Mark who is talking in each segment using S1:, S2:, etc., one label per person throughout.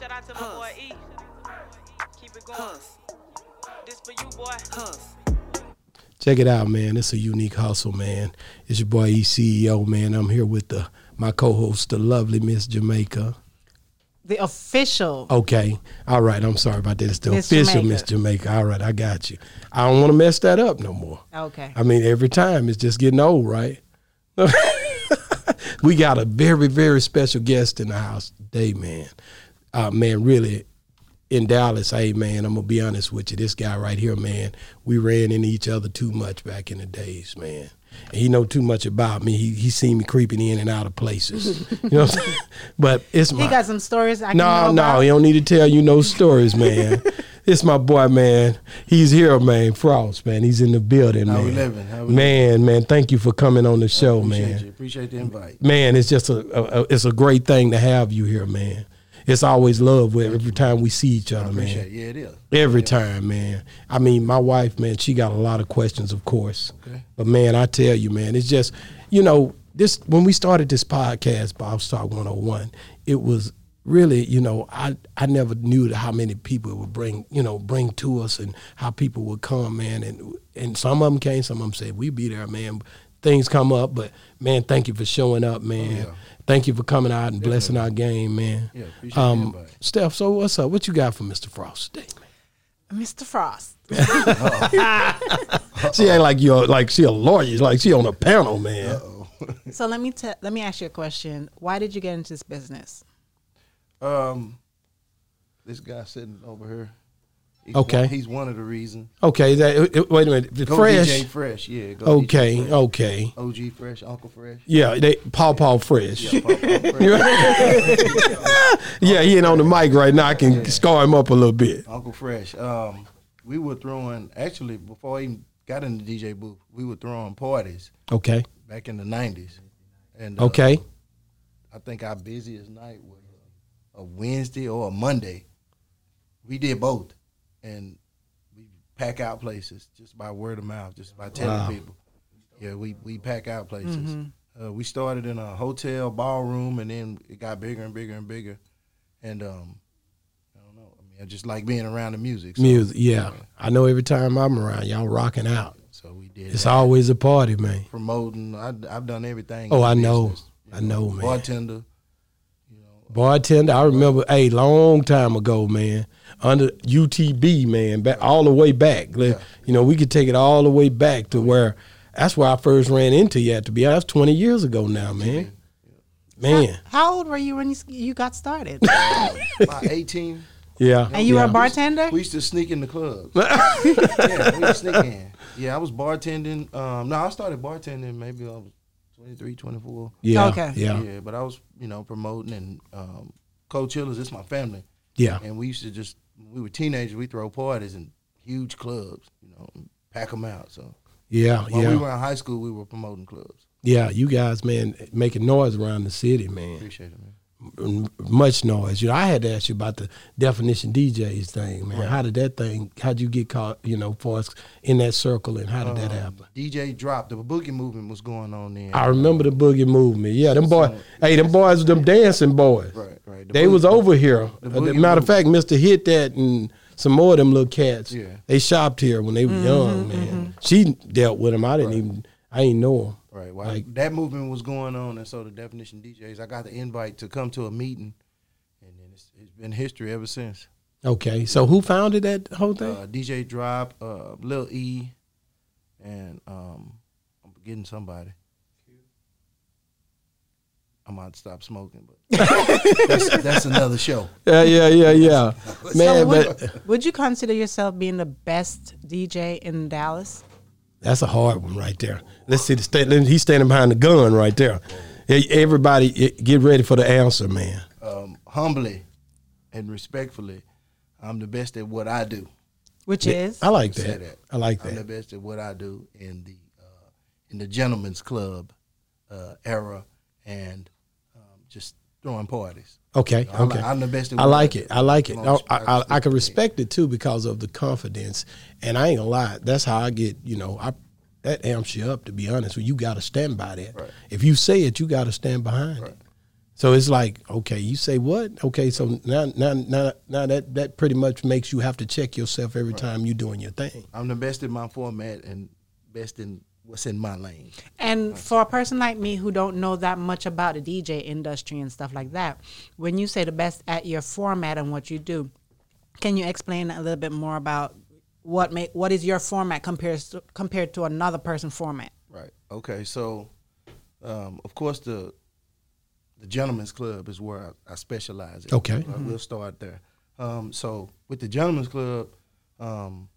S1: Shout out to my boy E. Keep it going. This for you, boy.
S2: Check it out, man. It's a unique hustle, man. It's your boy E CEO, man. I'm here with the my co-host, the lovely Miss Jamaica.
S3: The official.
S2: Okay. All right. I'm sorry about that. It's the
S3: Miss
S2: official
S3: Jamaica.
S2: Miss Jamaica. All right. I got you. I don't want to mess that up no more.
S3: Okay.
S2: I mean, every time it's just getting old, right? we got a very, very special guest in the house today, man. Uh, man, really, in Dallas, hey, man, I'm going to be honest with you. This guy right here, man, we ran into each other too much back in the days, man. And he know too much about me. He, he seen me creeping in and out of places. You know what I'm saying? But it's my
S3: He got some stories I can
S2: no,
S3: know
S2: no,
S3: about.
S2: he don't need to tell you no stories, man. it's my boy, man. He's here, man. Frost, man. He's in the building,
S4: How
S2: man.
S4: we living? How we
S2: man, man. Thank you for coming on the show,
S4: Appreciate
S2: man.
S4: you. Appreciate the invite.
S2: Man, it's just a, a, a- it's a great thing to have you here, man. It's always love with every time we see each other, man.
S4: Appreciate it. Yeah, it is.
S2: Every time, man. I mean, my wife, man, she got a lot of questions, of course.
S4: Okay.
S2: But man, I tell you, man, it's just, you know, this when we started this podcast, Bob's Talk 101, it was really, you know, I I never knew how many people it would bring, you know, bring to us and how people would come, man. And and some of them came, some of them said, We be there, man. Things come up, but man, thank you for showing up,
S4: Oh,
S2: man. Thank you for coming out and blessing our game, man.
S4: Yeah, appreciate the
S2: um,
S4: invite.
S2: Steph, so what's up? What you got for Mr. Frost today, man?
S3: Mr. Frost.
S2: She ain't like you like she a lawyer. Like she on a panel, man.
S3: So let me te- let me ask you a question. Why did you get into this business?
S4: Um, this guy sitting over here. he's
S2: Okay.
S4: one- he's one of the reasons.
S2: Okay, that it- it- wait a minute. The
S4: Go
S2: fresh.
S4: DJ Fresh. Yeah. Go
S2: okay,
S4: DJ Fresh.
S2: okay.
S4: OG Fresh. Uncle Fresh.
S2: Yeah, they Paw Paw Fresh.
S4: Yeah,
S2: Yeah,
S4: Pop Pop Fresh.
S2: he ain't on the mic right now. I can scar him up a little bit.
S4: Uncle Fresh. Um, we were throwing actually before I even got in the DJ booth, we were throwing parties
S2: Okay,
S4: back in the nineties. And uh,
S2: okay,
S4: I think our busiest night was a Wednesday or a Monday. We did both, and we pack out places just by word of mouth, just by telling
S2: Wow.
S4: people. Yeah, we we pack out places. Uh, we started in a hotel ballroom, and then it got bigger and bigger and bigger. And um, I don't know. I mean, I just like being around the music. So,
S2: music. Yeah, I know. Every time I'm around, y'all rocking out.
S4: So we did.
S2: It's
S4: that.
S2: always a party, man.
S4: promoting. I, have done everything.
S2: Oh,
S4: in
S2: I
S4: the
S2: know.
S4: business, you
S2: I know, man.
S4: Bartender. You know,
S2: Bartender, I remember a long time ago, man, under UTB, man, back all the way back. Like, You know, we could take it all the way back to where that's where I first ran into you. To be honest, twenty years ago now, man. Man,
S3: How old were you when you, s- you got started?
S4: about eighteen.
S2: yeah.
S3: and you were
S2: yeah.
S3: a bartender?
S4: We used to sneak in the clubs. yeah, we would sneak in. Yeah, I was bartending. Um, no, I started bartending maybe I was 23, 24.
S2: Yeah,
S3: Okay.
S2: yeah, yeah,
S4: Yeah, but I was, you know, promoting and um, Cold Chillers, it's my family.
S2: yeah,
S4: And we used to just, when we were teenagers, we throw parties in huge clubs, you know, and pack them out. So
S2: yeah,
S4: when we were in high school, we were promoting clubs.
S2: yeah. You guys, man, making noise around the city, man.
S4: Appreciate it, man.
S2: m- much noise. You know, I had to ask you about the definition DJs thing, man. How did that thing? How'd you get caught? You know, for us in that circle, and how did
S4: Uh,
S2: that happen?
S4: DJ dropped. The boogie movement was going on then.
S2: I remember the boogie movement. Yeah, them boys. Hey, them boys, them dancing boys.
S4: Right, right. The
S2: They
S4: boogie-
S2: was over here.
S4: the
S2: Uh,
S4: boogie
S2: matter of fact, Mister Hit that and some more of them little cats.
S4: Yeah.
S2: They shopped here when they were young, man. She dealt with them. I didn't even. I ain't know them.
S4: Right. Well,
S2: Like-
S4: that movement was going on, and so the definition DJs, I got the invite to come to a meeting, and then it's, it's been history ever since.
S2: Okay, so who founded that whole thing?
S4: Uh, DJ Drop, uh, Lil E, and um, I'm forgetting somebody. I might stop smoking, but that's, that's another show.
S2: yeah, yeah, yeah, yeah.
S3: so
S2: Man,
S3: would,
S2: but
S3: would you consider yourself being the best DJ in Dallas?
S2: That's a hard one right there. Let's see the state. He's standing behind the gun right there. E- Everybody, e- get ready for the answer, man.
S4: Um, humbly and respectfully, I'm the best at what I do.
S3: Which is
S2: I like
S4: Say
S2: that.
S4: that.
S2: I like
S4: I'm the
S2: that.
S4: best at what I do in the uh, in the gentleman's club uh, era, and um, just throwing parties.
S2: Okay,
S4: I'm-
S2: okay.
S4: I'm the best at
S2: I
S4: what
S2: like
S4: I
S2: it.
S4: do.
S2: I like it.
S4: Come
S2: I,
S4: on,
S2: I, I, I can
S4: respect it.
S2: respect it too because of the confidence. And I ain't gonna lie, that's how I get. You know, I that amps you up. To be honest, with you, you got to stand by that. If you say it, you got to stand behind it. So it's like, okay, you say what? Okay, so now, now, now, now that that pretty much makes you have to check yourself every time you're doing your thing.
S4: I'm the best in my format and best in what's in my lane.
S3: And for a person like me who don't know that much about the DJ industry and stuff like that, when you say the best at your format and what you do, can you explain a little bit more about what may, what is your format compared to, compared to another person's format?
S4: Right. Okay. So, um, of course, the the gentleman's club is where I, I specialize. In.
S2: Okay. Mm-hmm.
S4: I will start there. Um, so with the gentleman's club, um,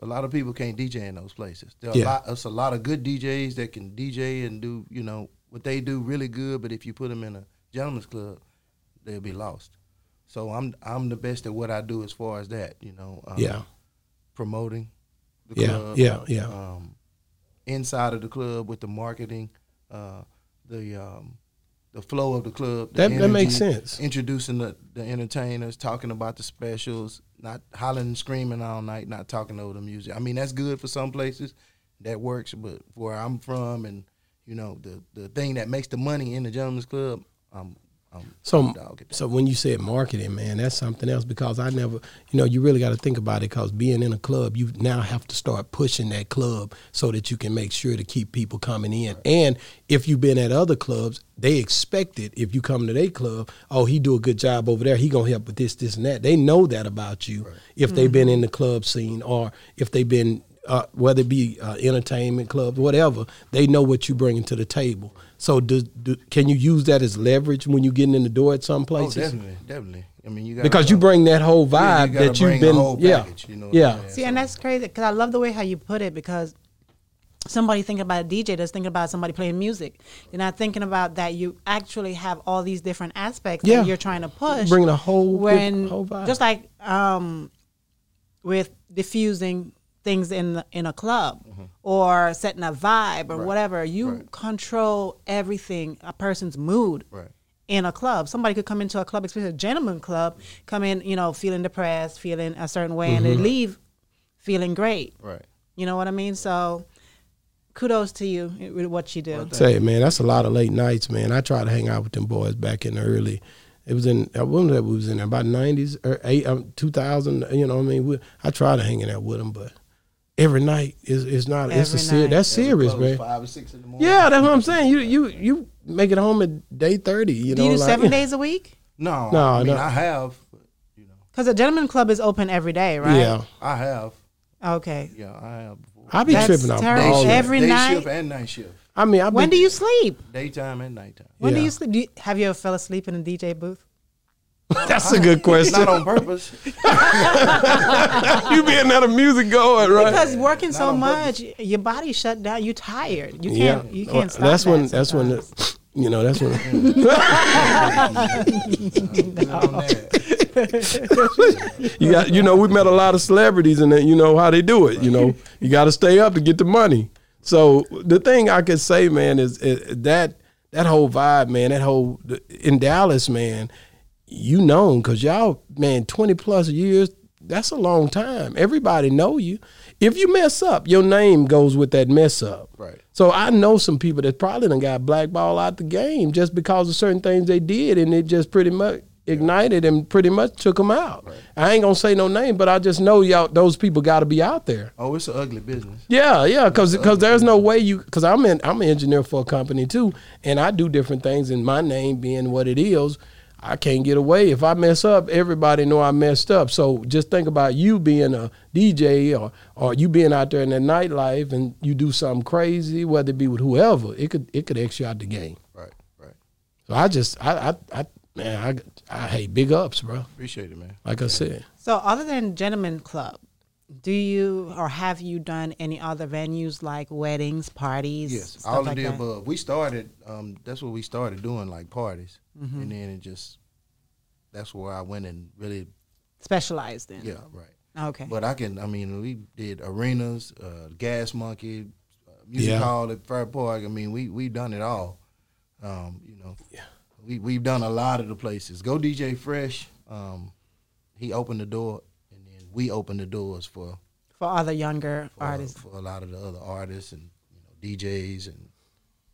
S4: a lot of people can't DJ in those places. There are
S2: Yeah.
S4: a lot. It's a lot of good DJs that can DJ and do you know what they do really good. But if you put them in a gentleman's club, they'll be lost. So I'm I'm the best at what I do as far as that. You know. Um,
S2: Yeah.
S4: Promoting. The
S2: Yeah,
S4: Club,
S2: yeah, yeah.
S4: Um, inside of the club with the marketing, uh, the um, the flow of the club. the
S2: That- that makes sense.
S4: Introducing the, the entertainers, talking about the specials, not hollering and screaming all night, not talking over the music. I mean, that's good for some places, that works. But where I'm from, and you know, the the thing that makes the money in the gentleman's club, I'm, I'm
S2: So,
S4: I'm dog at that.
S2: so when you said marketing, man, that's something else because I never, you know, you really got to think about it because being in a club, you now have to start pushing that club so that you can make sure to keep people coming in. And if you've been at other clubs, they expect it. If you come to their club, oh, he do a good job over there. He gonna help with this, this, and that. They know that about you if they've been in the club scene or if they've been uh, whether it be uh, entertainment clubs, whatever, they know what you bringing to the table. So, do, do, can you use that as leverage when you getting in the door at some
S4: Oh,
S2: places?
S4: definitely, definitely. I mean, you got
S2: Because you bring that whole
S4: Yeah,
S2: vibe
S4: you gotta
S2: that you've
S4: bring the
S2: been,
S4: whole
S2: yeah,
S4: package, you know what I'm
S2: yeah,
S4: saying?
S3: See, and that's crazy because I love the way how you put it because somebody thinking about a DJ that's thinking about somebody playing music. They're not thinking about that you actually have all these different aspects
S2: Yeah.
S3: that you're trying to push.
S2: Bringing a whole diff-
S3: when
S2: whole vibe.
S3: just like um, with diffusing things in the, in a club
S2: Mm-hmm.
S3: or setting a vibe or whatever, you control everything a person's mood
S4: Right.
S3: in a club. Somebody could come into a club, especially a gentleman club, come in, you know, feeling depressed, feeling a certain way, and they
S2: Mm-hmm.
S3: leave feeling great.
S4: right.
S3: You know what I mean? So, kudos to you with what you do.
S2: Say, man, that's a lot of late nights, man. I tried to hang out with them boys back in the early. It was in I remember that we was in about nineties or eight, um, two thousand. You know, what I mean, we, I tried to hanging out with them, but every night is it's not. it's a
S3: Every
S2: ser-
S3: night.
S2: that's serious,
S4: Close
S2: man.
S4: Five or six in the morning.
S2: Yeah, that's what I'm saying. You you you make it home at day thirty. You
S3: do
S2: know,
S3: you do
S2: like,
S3: seven days a week?
S4: No,
S2: No,
S4: I mean,
S2: no.
S4: I have, you know,
S3: Because the gentleman club is open every day, right?
S2: Yeah,
S4: I have,
S3: Okay.
S4: yeah, I have. Before.
S2: I be
S3: That's
S2: tripping off
S3: terrible.
S2: all
S3: Day
S2: that.
S3: shift. Every
S4: day
S3: night?
S4: shift and night shift,
S2: I mean, I
S3: When do you sleep?
S4: daytime and nighttime.
S3: When do
S2: Yeah.
S3: you sleep? Do you, have you ever fell asleep in a DJ booth?
S2: That's a good question.
S4: Not on purpose.
S2: you being not a music going, right?
S3: Because working so
S4: on
S3: much, your body shut down. You're tired. You can't. You
S2: Well,
S3: can't stop.
S2: Oh, That's
S3: that
S2: when. That's when.
S3: sometimes.
S2: The, you know. That's when.
S4: On that.
S2: You got, you know, we met a lot of celebrities, and then you know how they do it. You know, you got to stay up to get the money. So the thing I could say, man, is, is that that whole vibe, man, that whole in Dallas, man, you known because y'all, man, twenty plus years. That's a long time. Everybody know you. If you mess up, your name goes with that mess up.
S4: Right.
S2: So I know some people that probably done got blackballed out the game just because of certain things they did, and it just pretty much ignited and pretty much took them out. I ain't gonna say no name, but I just know y'all those people got to be out there.
S4: Oh, it's an ugly business.
S2: Yeah, yeah, because there's no way you because I'm in I'm an engineer for a company too, and I do different things, and my name being what it is. I can't get away. If I mess up, everybody know I messed up. So just think about you being a DJ or or you being out there in the nightlife and you do something crazy, whether it be with whoever, it could it could X you out the game.
S4: Right, right.
S2: So I just I I, I man I I hate big ups, bro.
S4: Appreciate it, man.
S2: Like I said,
S3: So, other than gentlemen club, do you or have you done any other venues like weddings, parties?
S4: Yes,
S3: stuff
S4: all
S3: like
S4: of the
S3: that?
S4: above. We started. Um, that's what we started doing, like parties,
S3: Mm-hmm.
S4: and then it just. That's where I went and really,
S3: Specialized in.
S4: yeah, right.
S3: Okay.
S4: But I can, I mean, we did arenas, uh, Gas Monkey, uh, Music
S2: Yeah.
S4: Hall at Fair Park. I mean, we we done it all. Um, you know, we we've done a lot of the places. Go DJ Fresh. Um, he opened the door, and then we opened the doors for
S3: For other younger
S4: for,
S3: artists.
S4: for a lot of the other artists and you know DJs and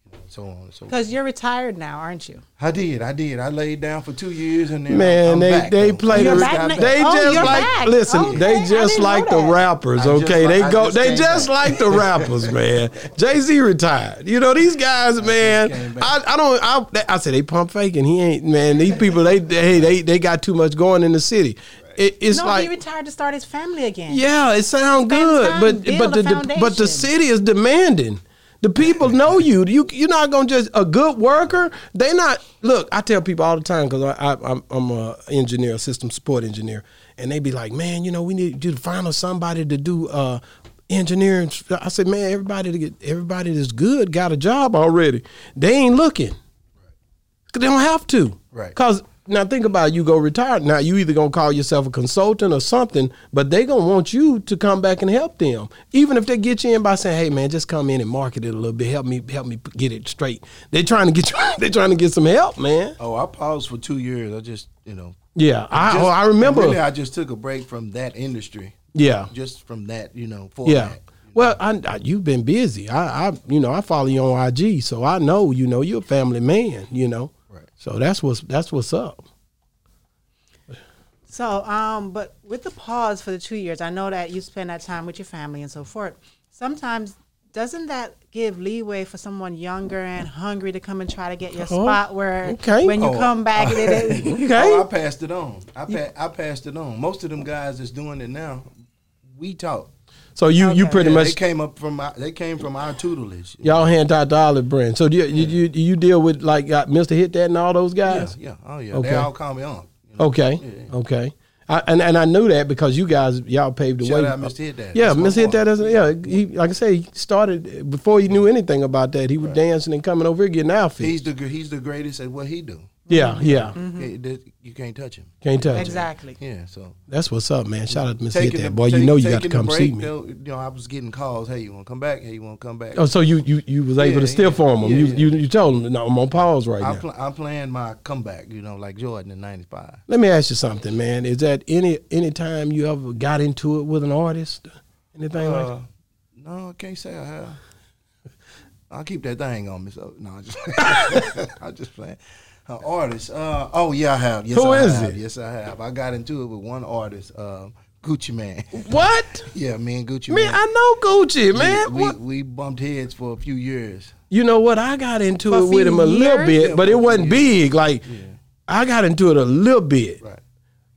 S4: you know, so on and so forth.
S3: Because you're retired now, aren't you?
S4: I did, I did. I laid down for two years and then
S2: Man,
S4: I'm
S2: they
S4: back,
S2: they
S4: though.
S2: play
S3: You're
S2: the,
S3: back now?
S2: they
S3: Oh,
S2: just
S3: you're
S2: like
S3: back.
S2: listen,
S3: Okay, I
S2: they
S3: didn't
S2: just
S3: know
S2: like the
S3: that.
S2: rappers,
S4: I just
S2: okay?
S4: like-
S2: they
S4: I
S2: go
S4: just
S2: they
S4: came
S2: just
S4: back.
S2: like the rappers, man. Jay-Z retired. You know, these guys, man,
S4: came back.
S2: I, I don't I, they- I say they pump fake and he ain't man, these people they they they, they got too much going in the city. It, it's
S3: no, he
S2: like
S3: retired to start his family again.
S2: yeah, it sounds
S3: Spend
S2: good,
S3: time,
S2: but
S3: build
S2: but
S3: a
S2: the, the but the
S3: foundation.
S2: city is demanding. The people know you. You you're not gonna just a good worker. They not look. I tell people all the time because I, I I'm I'm a engineer, a system support engineer, and they be like, man, you know, we need you to find us somebody to do uh engineering. I said, man, everybody to get everybody that's good got a job already. They ain't looking. 'Cause They don't have to.
S4: Right.
S2: Cause now think about it, you go retire. Now you either gonna call yourself a consultant or something, but they gonna want you to come back and help them. Even if they get you in by saying, "Hey man, just come in and market it a little bit. Help me, help me get it straight." They trying to get you. They trying to get some help, man.
S4: Oh, I paused for two years. I just you know.
S2: Yeah, I
S4: just-
S2: oh, I remember.
S4: Really, I just took a break from that industry.
S2: yeah,
S4: Just from that, you know.
S2: yeah.
S4: Format.
S2: Well, I, I you've been busy. I, I you know I follow you on IG, so I know you know you're a family man. You know,
S4: Right.
S2: So that's what's that's what's up.
S3: So, um, but with the pause for the two years, I know that you spend that time with your family and so forth. Sometimes, doesn't that give leeway for someone younger and hungry to come and try to get your
S2: Oh,
S3: spot where
S2: okay.
S3: when you
S4: Oh.
S3: come back? it is,
S2: Okay.
S4: Oh, I passed it on. I pa- I passed it on. Most of them guys that's doing it now, we talk.
S2: So you you
S3: Okay.
S2: pretty
S4: Yeah,
S2: much
S4: they came up from our, they came from our tutelage.
S2: Y'all hand out the olive branch. So do you, you, you, you deal with like uh, Mr. Hit That and all those
S4: Yeah,
S2: guys?
S4: yeah, oh yeah.
S2: Okay.
S4: They all call me on. You know?
S2: Okay. Okay. I, and, and I knew that because you guys y'all paved the
S4: Shout
S2: way.
S4: out Mr. Hit That.
S2: Yeah,
S4: That's my
S2: Mr. Hit
S4: boy.
S2: That. Is, yeah, he, like I say, he started before he knew anything about that. He was dancing and coming over here getting outfits.
S4: He's Mm-hmm. the gr- he's the greatest at what he do.
S2: yeah, yeah.
S4: Yeah, that- you can't touch him.
S2: Can't touch. it.
S3: exactly.
S4: Yeah, so
S2: That's what's up, man. Shout out to Mr. Hit
S4: taking
S2: That.
S4: the-
S2: Boy, you
S4: take-
S2: know you got to
S4: taking the
S2: come see
S4: break,
S2: me.
S4: though, you know, I was getting calls. Hey, you want to come back? Hey, you want to come back?
S2: Oh, so you you, you was able to
S4: yeah,
S2: still form him.
S4: yeah,
S2: you,
S4: yeah.
S2: you you told him, no, I'm on pause right
S4: I'm,
S2: now.
S4: pl- I'm playing my comeback. You know, like Jordan in '95.
S2: Let me ask you something, man. Is that any any time you ever got into it with an artist? Anything like that?
S4: Uh, no, I can't say I have. I'll keep that thing on me. So no, I just I'm just playing. Uh, artist. Uh, oh yeah, I have. Yes,
S2: Who
S4: I
S2: is
S4: have.
S2: it?
S4: Yes, I have. I got into it with one artist, uh, Gucci Man.
S2: What?
S4: yeah, me and Gucci
S2: Man,
S4: Man.
S2: I know Gucci,
S4: we-
S2: man.
S4: we,
S2: What-
S4: we bumped heads for a few years.
S2: you know what? I got into
S3: For a
S2: it with
S3: few
S2: him a little
S3: years?
S2: bit, but it wasn't
S4: Yeah.
S2: big. Like I got into it a little bit.
S4: Right.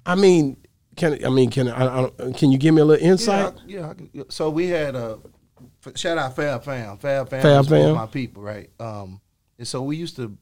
S2: I mean, can I mean can I, I don't- can you give me a little
S4: Yeah,
S2: insight?
S4: I- yeah. I can- so we had a f- shout out Fab Fam. Fab Fam
S2: Fab
S4: was one
S2: Fam.
S4: of my people, right? Um, and so we used to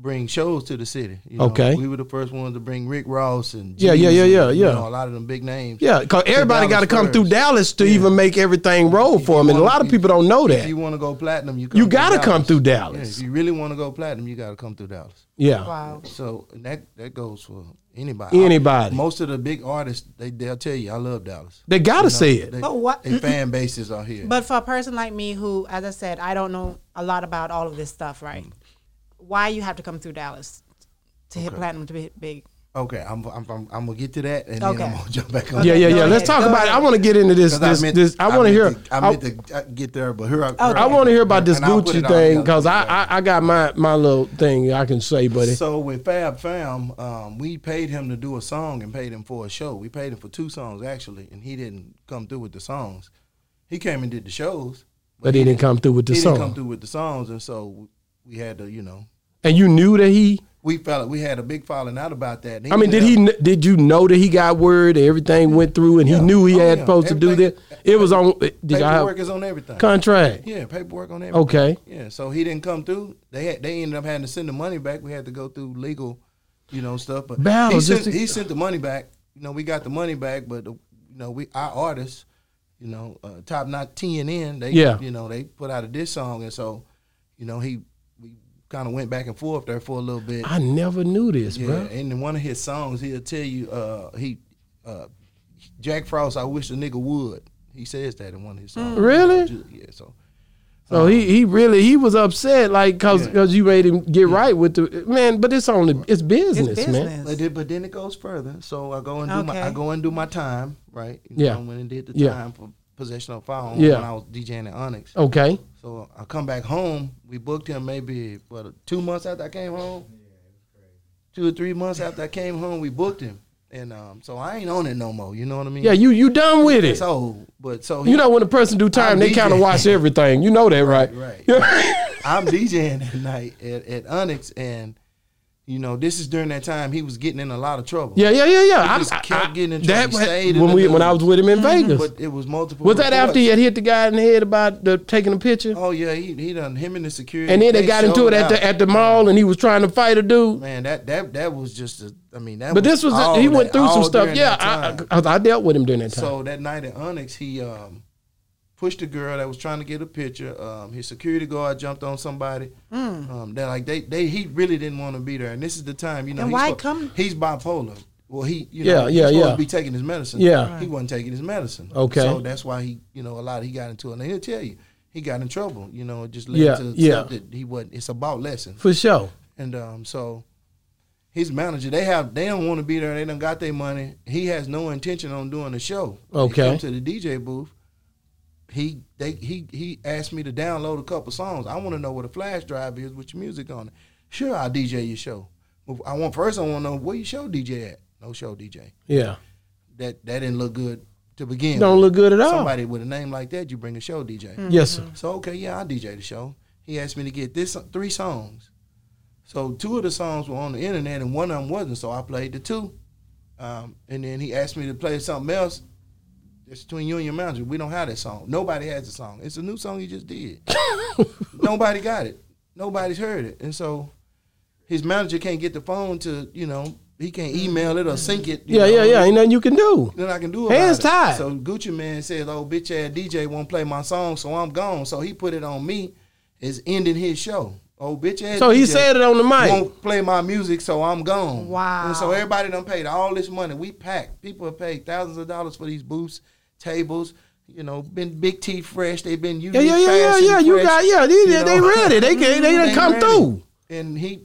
S4: bring shows to the city. you know.
S2: Okay.
S4: we were the first ones to bring Rick Ross and
S2: Yeah, yeah, yeah,
S4: Jeezy,
S2: yeah,
S4: you
S2: yeah.
S4: know, a lot of them big names.
S2: Yeah, because
S4: To
S2: everybody got to
S4: Dallas
S2: come through
S4: first.
S2: Dallas to even make everything roll
S4: If
S2: for
S4: you
S2: them, and a
S4: wanna-
S2: lot of
S4: if-
S2: people don't know
S4: if
S2: that.
S4: you want to go platinum, you
S2: You
S4: come
S2: gotta come through Dallas.
S4: Yeah, if you really want to go platinum, you got to come through Dallas.
S2: yeah,
S3: Wow.
S4: So and that that goes for anybody.
S2: Anybody.
S4: most of the big artists, they they'll tell you, I love Dallas.
S2: they gotta say it.
S4: They,
S3: But what-
S4: Their fan bases are here.
S3: But for a person like me, who, as I said, I don't know a lot about all of this stuff, right?
S2: Mm.
S3: Why you have to come through Dallas to hit platinum to be big?
S4: Okay, I'm I'm I'm, I'm gonna get to that, and
S3: Okay.
S4: then I'm gonna jump back on.
S2: yeah,
S4: that.
S2: yeah, yeah.
S3: go
S2: Let's
S3: ahead,
S2: talk
S3: go
S2: about it. I
S3: ahead.
S2: want to get into this.
S4: 'Cause
S2: This, this. I want to
S4: meant
S2: hear.
S4: to- I
S2: I-
S4: meant to uh, get there, but here I.
S2: I want to hear about this
S4: And I'll put
S2: Gucci
S4: it all
S2: thing
S4: together.
S2: because I, I I got my my little thing I can say, buddy.
S4: So with Fab Fam, um, we paid him to do a song and paid him for a show. We paid him for two songs actually, and he didn't come through with the songs. He came and did the shows,
S2: But he didn't come through with the
S4: he
S2: song.
S4: didn't come through with the songs, and so we had to, you know,
S2: And you knew that he.
S4: we felt we had a big falling out about that. and
S2: I mean, did
S4: ended up-
S2: he? kn- Did you know that he got word? that Everything went through, and he
S4: Yeah.
S2: knew he
S4: Oh,
S2: had
S4: yeah.
S2: supposed to do this.
S4: Everything-
S2: It was on. Did y'all
S4: Paperwork
S2: have
S4: is on everything.
S2: contract?
S4: Yeah, paperwork on everything.
S2: Okay.
S4: Yeah, so he didn't come through. They had, they ended up having to send the money back. We had to go through legal, you know, stuff. But
S2: Battle,
S4: he,
S2: just
S4: sent,
S2: to-
S4: he sent the money back. You know, we got the money back, but the, you know, we our artists, you know, uh, top not TNN. They,
S2: Yeah.
S4: you know, they put out a diss song, and so, you know, he we kind of went back and forth there for a little bit.
S2: I never knew this,
S4: yeah,
S2: bro.
S4: and in one of his songs, he'll tell you, uh, he, uh, Jack Frost, I wish a nigga would. He says that in one of his songs.
S2: Mm. Really?
S4: Yeah. So.
S2: So he, he really he was upset, like cause
S4: Yeah.
S2: 'cause you made him get right with the man. But it's only it's business,
S3: it's
S2: man.
S3: business.
S4: But then, but then it goes further. So I go and do my I
S3: Okay.
S4: go and do my time, right? You
S2: Yeah.
S4: I went and did the
S2: Yeah.
S4: time for possession of a firearm
S2: Yeah. Oh.
S4: when I was DJing at Onyx.
S2: Okay.
S4: So I come back home. We booked him maybe what two months after I came home. Two or three months after I came home, we booked him, and um, so I ain't on it no more. You know what I mean?
S2: Yeah, you you done with
S4: It's
S2: it.
S4: old, but so he,
S2: You know when a person do time, they kind of
S4: DJing.
S2: watch everything. You know that, right?
S4: right.
S2: Yeah.
S4: I'm DJing at night at, at Onyx, and you know this is during that time he was getting in a lot of trouble.
S2: yeah, yeah, yeah, yeah.
S4: He
S2: I'm-
S4: just
S2: I-
S4: kept
S2: I-
S4: getting in
S2: that
S4: trouble. He stayed in
S2: when
S4: the
S2: we when I was
S4: building.
S2: with him in Vegas.
S4: but it was multiple.
S2: was that after he
S4: reports.
S2: had hit the guy in the head about the taking a picture?
S4: Oh yeah, he, he done him and the security.
S2: and then they got into
S4: showed
S2: it at the
S4: out.
S2: at the mall, and he was trying to fight a dude.
S4: man. That that that was just. A, I mean that.
S2: But this was
S4: all
S2: he went
S4: that-
S2: through some
S4: all
S2: stuff.
S4: during
S2: Yeah,
S4: that
S2: I,
S4: time.
S2: I, I dealt with him during that time.
S4: So that night at Onyx, he um, pushed a girl that was trying to get a picture. Um, his security guard jumped on somebody.
S2: Hmm.
S4: Um, they like they they he really didn't want to be there. And this is the time you know.
S3: And
S4: he's
S3: why
S4: spo-
S3: come-
S4: He's bipolar. Well, he you
S2: Yeah,
S4: know, he's
S2: yeah,
S4: supposed
S2: yeah.
S4: to be taking his medicine.
S2: Yeah. Right.
S4: he wasn't taking his medicine.
S2: Okay.
S4: so that's why he you know a lot he got into it. And he'll tell you he got in trouble. You know, it just led
S2: Yeah,
S4: to
S2: yeah.
S4: stuff that he wasn't. It's about lessons.
S2: for sure.
S4: And um, so his manager, they have they don't want to be there. They done got their money. He has no intention on doing the show. He
S2: Okay.
S4: come to the DJ booth. He they he he asked me to download a couple songs. I want to know what a flash drive is with your music on it. Sure, I'll DJ your show. Well, I want first I want to know where your show DJ at. No show DJ.
S2: Yeah,
S4: That that didn't look good to begin.
S2: don't
S4: with.
S2: look good at all.
S4: Somebody with a name like that, you bring a show DJ.
S2: Yes, sir.
S4: So okay, yeah, I DJ the show. He asked me to get this three songs. So two of the songs were on the internet and one of them wasn't. So I played the two. Um, and then he asked me to play something else. It's between you and your manager. We don't have that song. Nobody has the song. It's a new song you just did. Nobody got it. Nobody's heard it. And so his manager can't get the phone to, you know, he can't email it or sync it. you
S2: Yeah,
S4: know.
S2: yeah, yeah. Ain't nothing you can do.
S4: Then I can do about
S2: Hands
S4: it.
S2: tied.
S4: So Gucci Man says, "Oh, bitch ass DJ won't play my song, so I'm gone." So he put it on me. Is ending his show. Oh, bitch ass.
S2: So he
S4: DJ
S2: said it on the mic.
S4: Won't play my music, so I'm gone.
S3: Wow.
S4: And so everybody done paid all this money. We packed. People have paid thousands of dollars for these booths, tables. You know, been Big T fresh. They've been
S2: Yeah,
S4: unique.
S2: yeah, yeah, yeah,
S4: Fashion
S2: yeah. You
S4: Fresh,
S2: got yeah. They,
S4: you
S2: they- they
S4: know. Mm-hmm.
S2: ready. They can, they done
S4: They
S2: come
S4: ready.
S2: through.
S4: And he,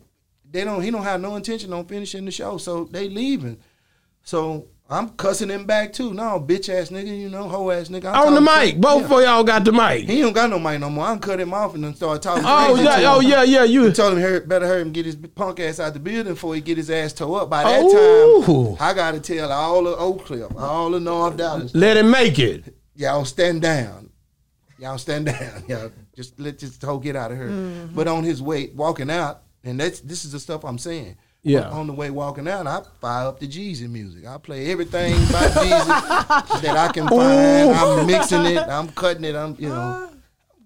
S4: they don't. He don't have no intention on finishing the show, so they leaving. So I'm cussing him back too. No, bitch ass nigga, you know, hoe ass nigga. I'm
S2: On the
S4: talking-
S2: mic, both
S4: Yeah.
S2: of y'all got the mic.
S4: He don't got no mic no more. I done cut him off and then start talking.
S2: Oh
S4: crazy to
S2: yeah,
S4: him.
S2: oh yeah, yeah. You
S4: I told him "Hurry- better hurry him get his punk ass out the building before he get his ass towed up. By that
S2: Oh.
S4: time, I gotta tell all of Oak Cliff, all of North Dallas,
S2: let him make it.
S4: y'all stand down. Y'all stand down. Y'all just let this hoe get out of here. But on his way walking out, and that's this is the stuff I'm saying.
S2: Yeah.
S4: On the way walking out, I fire up the Jeezy music. I play everything by Jeezy that I can find. I'm mixing it. I'm cutting it. I'm you know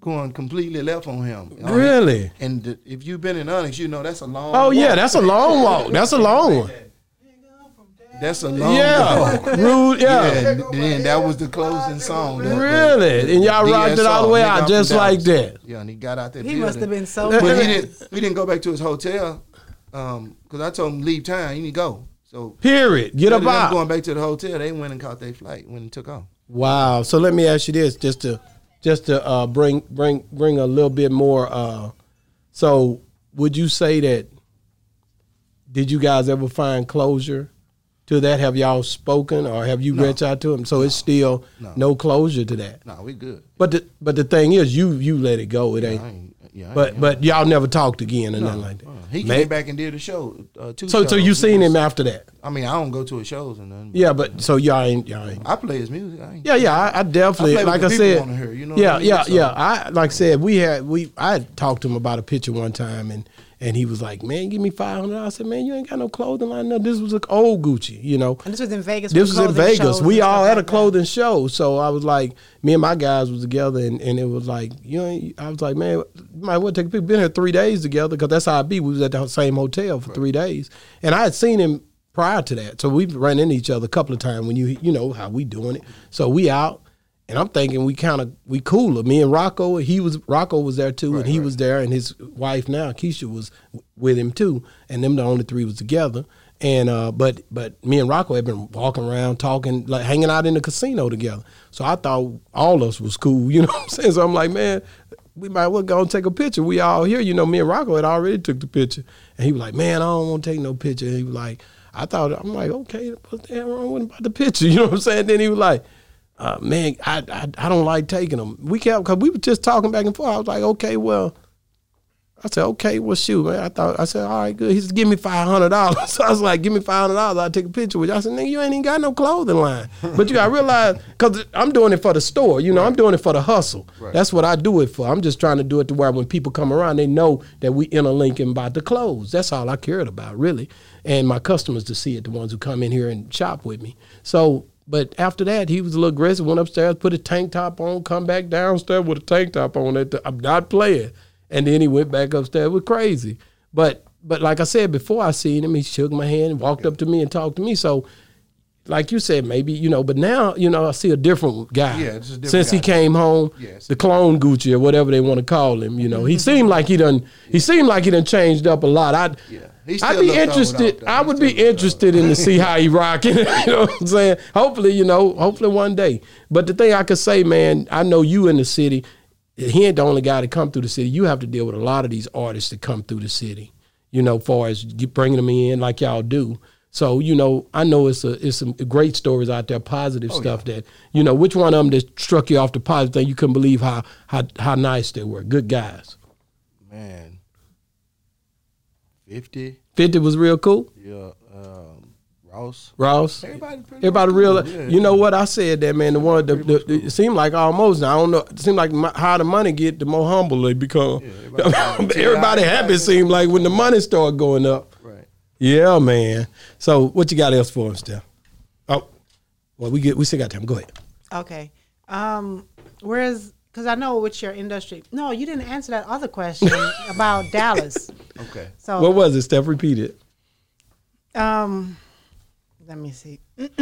S4: going completely left on him.
S2: Really?
S4: And the, if you've been in Onyx, you know that's a long.
S2: Oh
S4: walk.
S2: yeah, that's a long walk. That's a long one.
S4: that's a long.
S2: Yeah,
S4: walk.
S2: rude.
S4: Yeah,
S2: Yeah,
S4: and then that was the closing song. That- that-
S2: really. And y'all rocked it all the way
S4: DSR,
S2: out
S4: nigga, I'm
S2: just
S4: from
S2: like
S4: Dallas.
S2: that.
S4: Yeah, and he got out there.
S3: He must have been so.
S4: But he
S3: good.
S4: didn't. He didn't go back to his hotel because I told him leave town. He need to go. So
S2: Period. Get
S4: instead of
S2: up
S4: them
S2: out.
S4: going back to the hotel. They went and caught their flight. Went and took off.
S2: Wow. So let me ask you this, just to just to uh, bring bring bring a little bit more. Uh, so would you say that? Did you guys ever find closure to that? Have y'all spoken or have you reached out to him? So it's still no.
S4: No.
S2: closure to that.
S4: No, we good.
S2: But the but the thing is, you you let it go. It
S4: I
S2: ain't.
S4: ain't, yeah, I
S2: But
S4: ain't-
S2: but y'all never talked again or nothing like that.
S4: uh, he came
S2: Ma-
S4: back and did a show. Uh, two
S2: So so you
S4: shows.
S2: seen him after that?
S4: I mean, I don't go to his shows and nothing. but
S2: Yeah. But so y'all ain't y'all ain't.
S4: I play his music. I ain't,
S2: Yeah, yeah, I, I definitely
S4: I play what
S2: like
S4: the
S2: I
S4: people
S2: said.
S4: wanna hear, you know what
S2: yeah,
S4: I mean?
S2: yeah,
S4: So-
S2: yeah. I like I said we had we I had talked to him about a picture one time and and he was like, "Man, give me five hundred. I said, "Man, you ain't got no clothing line. No, this was an old Gucci, you know."
S3: And this was in Vegas. with
S2: This was in
S3: clothing
S2: Vegas.
S3: shows
S2: We
S3: and
S2: all
S3: stuff
S2: had a
S3: like that.
S2: clothing show, so I was like, me and my guys was together, and, and it was like, you know, I was like, man, you might well take a picture. Been here three days together because that's how I be. We was at the same hotel for three days, and I had seen him prior to that, so we ran into each other a couple of times. When you you know how we doing it, so we out, and I'm thinking we kind of we cooler. Me and Rocco, he was Rocco was there too, and he was there, and his wife now Keisha was w- with him too, and them the only three was together. And uh, but but me and Rocco had been walking around, talking, like hanging out in the casino together. So I thought all of us was cool, you know what I'm saying? So I'm like, man, we might well go and take a picture. We all here, you know. Me and Rocco had already took the picture, and he was like, man, I don't want to take no picture. And he was like, I thought I'm like, okay, what the hell wrong with about the picture? You know what I'm saying? Then he was like, uh, man, I, I I don't like taking them. We kept because we were just talking back and forth. I was like, okay, well, I said, okay, well, shoot, man. I thought I said, all right, good. He said, give me five hundred dollars. So I was like, give me five hundred dollars. I'll take a picture with you. I said, nigga, you ain't even got no clothing line. But you got to realize because I'm doing it for the store. You know, I'm doing it for the hustle. That's what I do it for. I'm just trying to do it to where when people come around, they know that we interlinking about the clothes. That's all I cared about, really. And my customers to see it, the ones who come in here and shop with me. So but after that, he was a little aggressive. Went upstairs, put a tank top on, come back downstairs with a tank top on. At the, I'm not playing. And then he went back upstairs with crazy. But but like I said before, I seen him. He shook my hand, walked up to me, and talked to me. So, like you said, maybe you know. But now you know, I see a different guy.
S4: Yeah, it's a different
S2: since he
S4: guy.
S2: came home,
S4: Yes.
S2: the clone Gucci or whatever they want to call him. You know, he seemed like he done. He seemed like he done changed up a lot. I
S4: Yeah. He
S2: I'd
S4: still
S2: be
S4: look old
S2: interested.
S4: out, though.
S2: I
S4: He
S2: would
S4: still
S2: be
S4: look old.
S2: interested interested in to see how he rocking. you know what I'm saying? Hopefully, you know, hopefully one day. But the thing I could say, man, I know you in the city. He ain't the only guy to come through the city. You have to deal with a lot of these artists that come through the city. You know, far as you bringing them in like y'all do. So you know, I know it's a it's some great stories out there, positive
S4: Oh,
S2: stuff that you know. Which one of them that struck you off the positive thing? You couldn't believe how how how nice they were. Good guys.
S4: Man, fifty.
S2: Fifty was real cool.
S4: Yeah, um, Ross.
S2: Ross.
S4: Everybody pretty
S2: Everybody
S4: much
S2: real.
S4: cool, yeah.
S2: You know what I said that man. The one the, the, it seemed like almost. I don't know. It seemed like my, how the money get, the more humble they become. everybody,
S4: everybody-
S2: happy. It seemed like when the money start going up.
S4: Right.
S2: Yeah, man. So what you got else for us, Steph? Oh, well, we get we still got time. Go ahead.
S3: Okay. Um, whereas, because I know what's your industry. No, you didn't answer that other question about Dallas.
S4: Okay.
S3: So
S2: What was it, Steph? Repeat it.
S3: Um, let me see.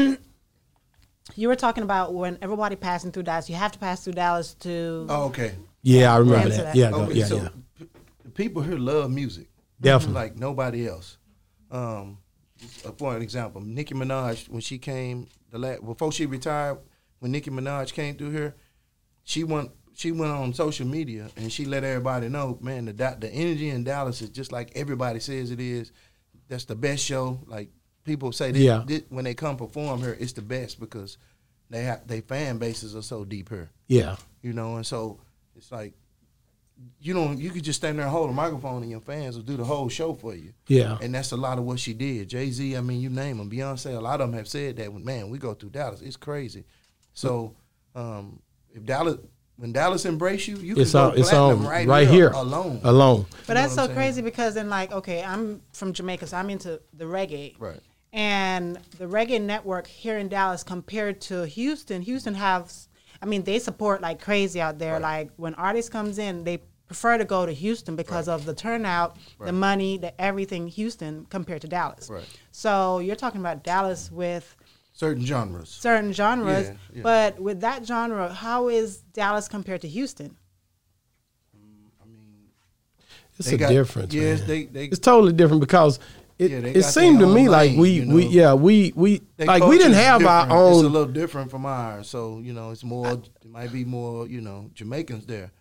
S3: you were talking about when everybody passing through Dallas, you have to pass through Dallas to.
S4: Oh, okay.
S2: Yeah, I remember
S3: Answer
S2: that.
S3: that.
S2: Yeah, go,
S4: Okay.
S2: yeah,
S4: so
S2: yeah.
S4: p- the people here love music.
S2: Definitely.
S4: Like nobody else. Um, uh, for an example, Nicki Minaj when she came the last before she retired, when Nicki Minaj came through here, she went she went on social media and she let everybody know, man, the Da- the energy in Dallas is just like everybody says it is. That's the best show. Like people say, they,
S2: Yeah.
S4: thi- when they come perform here, it's the best because they have they fan bases are so deep here
S2: Yeah,
S4: you know. And so it's like you don't you could just stand there and hold a microphone, and your fans will do the whole show for you.
S2: Yeah.
S4: and that's a lot of what she did. Jay Z, I mean, you name them, Beyonce, a lot of them have said that. Man, we go through Dallas, it's crazy. So um, if Dallas, when Dallas embrace you, you
S2: it's
S4: can go
S2: on. It's
S4: platinum
S2: on right,
S4: right,
S2: here
S4: alone.
S2: Alone.
S3: but
S4: know
S3: that's
S4: what
S3: so
S4: I'm saying?
S3: crazy because then, like, okay, I'm from Jamaica, so I'm into the reggae.
S4: Right.
S3: And the reggae network here in Dallas compared to Houston, Houston has, I mean, they support like crazy out there. Like when artists comes in, they prefer to go to Houston because of the turnout, the money, the everything Houston compared to Dallas.
S4: Right.
S3: So you're talking about Dallas with
S4: Certain genres.
S3: certain genres.
S4: Yeah, yeah.
S3: But with that genre, how is Dallas compared to Houston?
S2: It's
S4: They
S2: a
S4: got-
S2: difference.
S4: yes,
S2: man.
S4: they- they-
S2: it's totally different because it,
S4: Yeah, they
S2: it
S4: got
S2: seemed
S4: their
S2: to
S4: own
S2: me like
S4: lane,
S2: we
S4: you
S2: we
S4: know.
S2: yeah we we
S4: Their
S2: like we
S4: culture
S2: didn't
S4: is
S2: have our
S4: different. It's a
S2: own.
S4: little different from ours, so you know it's more. it might be more, you know, Jamaicans there.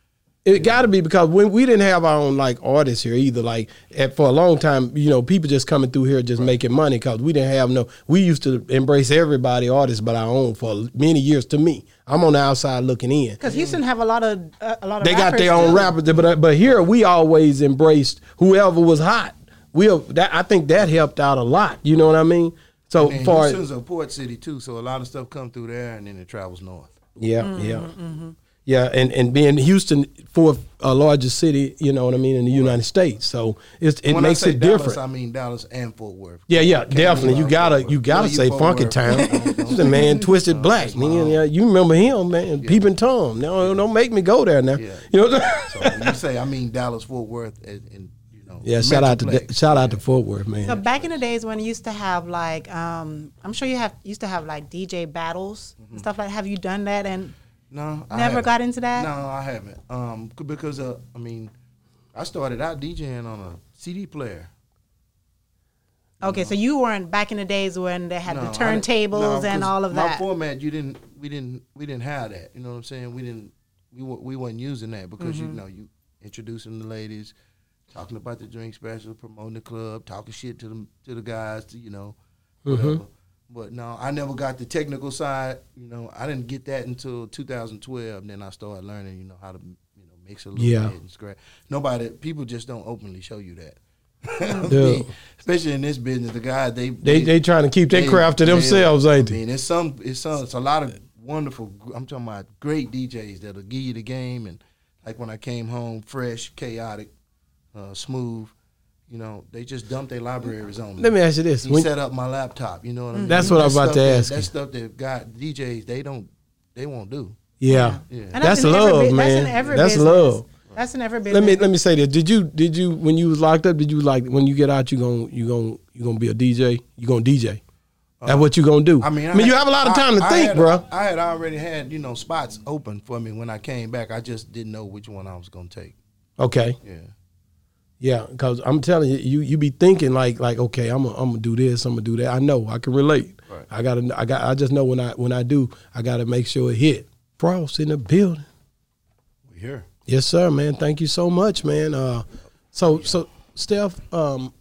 S2: It got to be because when we didn't have our own like artists here either. Like at, for a long time, you know, people just coming through here just making money because we didn't have no. We used to embrace everybody artists but our own for many years. To me, I'm on the outside looking in.
S3: Because Houston have a lot of uh, a lot of
S2: They got their
S3: rappers,
S2: own
S3: too.
S2: rappers, but uh, but here we always embraced whoever was hot. We uh, that I think that helped out a lot. You know what I mean? So
S4: And
S2: far,
S4: Houston's a port city too, so a lot of stuff come through there, and then it travels north.
S2: Yeah,
S3: Mm,
S2: yeah,
S3: mm-hmm.
S2: yeah, and and being Houston fourth uh, largest city, you know what I mean, in the United States, so it's, it
S4: When I
S2: makes
S4: say
S2: it
S4: Dallas,
S2: different.
S4: I mean Dallas and Fort Worth.
S2: yeah, yeah,
S4: Can't
S2: definitely.
S4: leave
S2: You
S4: out
S2: gotta
S4: Fort
S2: you
S4: Worth.
S2: gotta
S4: No, you
S2: say
S4: Fort
S2: Funky
S4: Worth.
S2: Town.
S4: Don't- Uh, don't-
S2: This the man Twisted Black, nigga. Yeah, you remember him, man? Peeping Tom. No, don't make me go there now.
S4: Yeah.
S2: You know. What I'm
S4: So when you say I mean Dallas, Fort Worth, and, and you know.
S2: yeah, shout out to
S4: Metroplex.
S2: shout out to Fort Worth, man.
S3: So back in the days when you used to have like, um, I'm sure you have used to have like DJ battles
S4: Mm-hmm.
S3: and stuff like. Have you done that? And
S4: No, I
S3: Never
S4: haven't.
S3: got into that?
S4: No, I haven't. Um, c- because uh, I mean, I started out DJing on a CD player.
S3: okay, so you weren't back in the days when they had
S4: No,
S3: the
S4: I didn't- no,
S3: turntables
S4: 'cause
S3: and all of
S4: My
S3: that.
S4: format, you didn't, we didn't, we didn't have that. You know what I'm saying? We didn't, we wa- we weren't using that because
S3: Mm-hmm.
S4: you know you introducing the ladies, talking about the drink special, promoting the club, talking shit to the to the guys, to, you know, whatever. But no, I never got the technical side. You know, I didn't get that until 2012. Then I started learning, you know, how to you know mix a little
S2: Yeah.
S4: bit and scratch. Nobody, people just don't openly show you that.
S2: Dude.
S4: Especially in this business, the guys they
S2: They they trying to keep their
S4: they-
S2: craft to
S4: they-
S2: themselves, ain't
S4: I
S2: they?
S4: mean, it's some, it's some, it's a lot of wonderful. I'm talking about great DJs that'll give you the game, and like when I came home, fresh, chaotic, uh, smooth. You know, they just dump their libraries on me.
S2: Let me ask you this:
S4: He
S2: when,
S4: set up my laptop. You know what I mean?
S2: That's what I was about
S4: stuff
S2: to
S4: that-
S2: ask you.
S4: That stuff that got DJs, they don't, they won't do.
S2: yeah,
S4: Yeah.
S3: And
S2: That's
S3: in every
S2: love,
S3: bu-
S2: man.
S3: That's, in every
S2: That's
S3: business.
S2: love.
S3: That's in every business.
S2: let me let me say this: Did you did you when you was locked up? Did you like when you get out? You gon' you gon' you gonna be a DJ? You gonna DJ? That's what you gonna do?
S4: Uh, I mean, I
S2: you
S4: had-
S2: have a lot of
S4: I-
S2: time to
S4: I
S2: think,
S4: had-
S2: bro.
S4: I had already had you know spots open for me when I came back. I just didn't know which one I was gonna take.
S2: Okay,
S4: Yeah,
S2: yeah, because I'm telling you, you you be thinking like like okay, I'm gonna I'm gonna do this, I'm gonna do that. I know I can relate.
S4: Right.
S2: I gotta I got I just know when I when I do, I gotta make sure it hit. Frost in the building.
S4: we here.
S2: Yes, sir, man. Thank you so much, man. Uh, so, so Steph, um,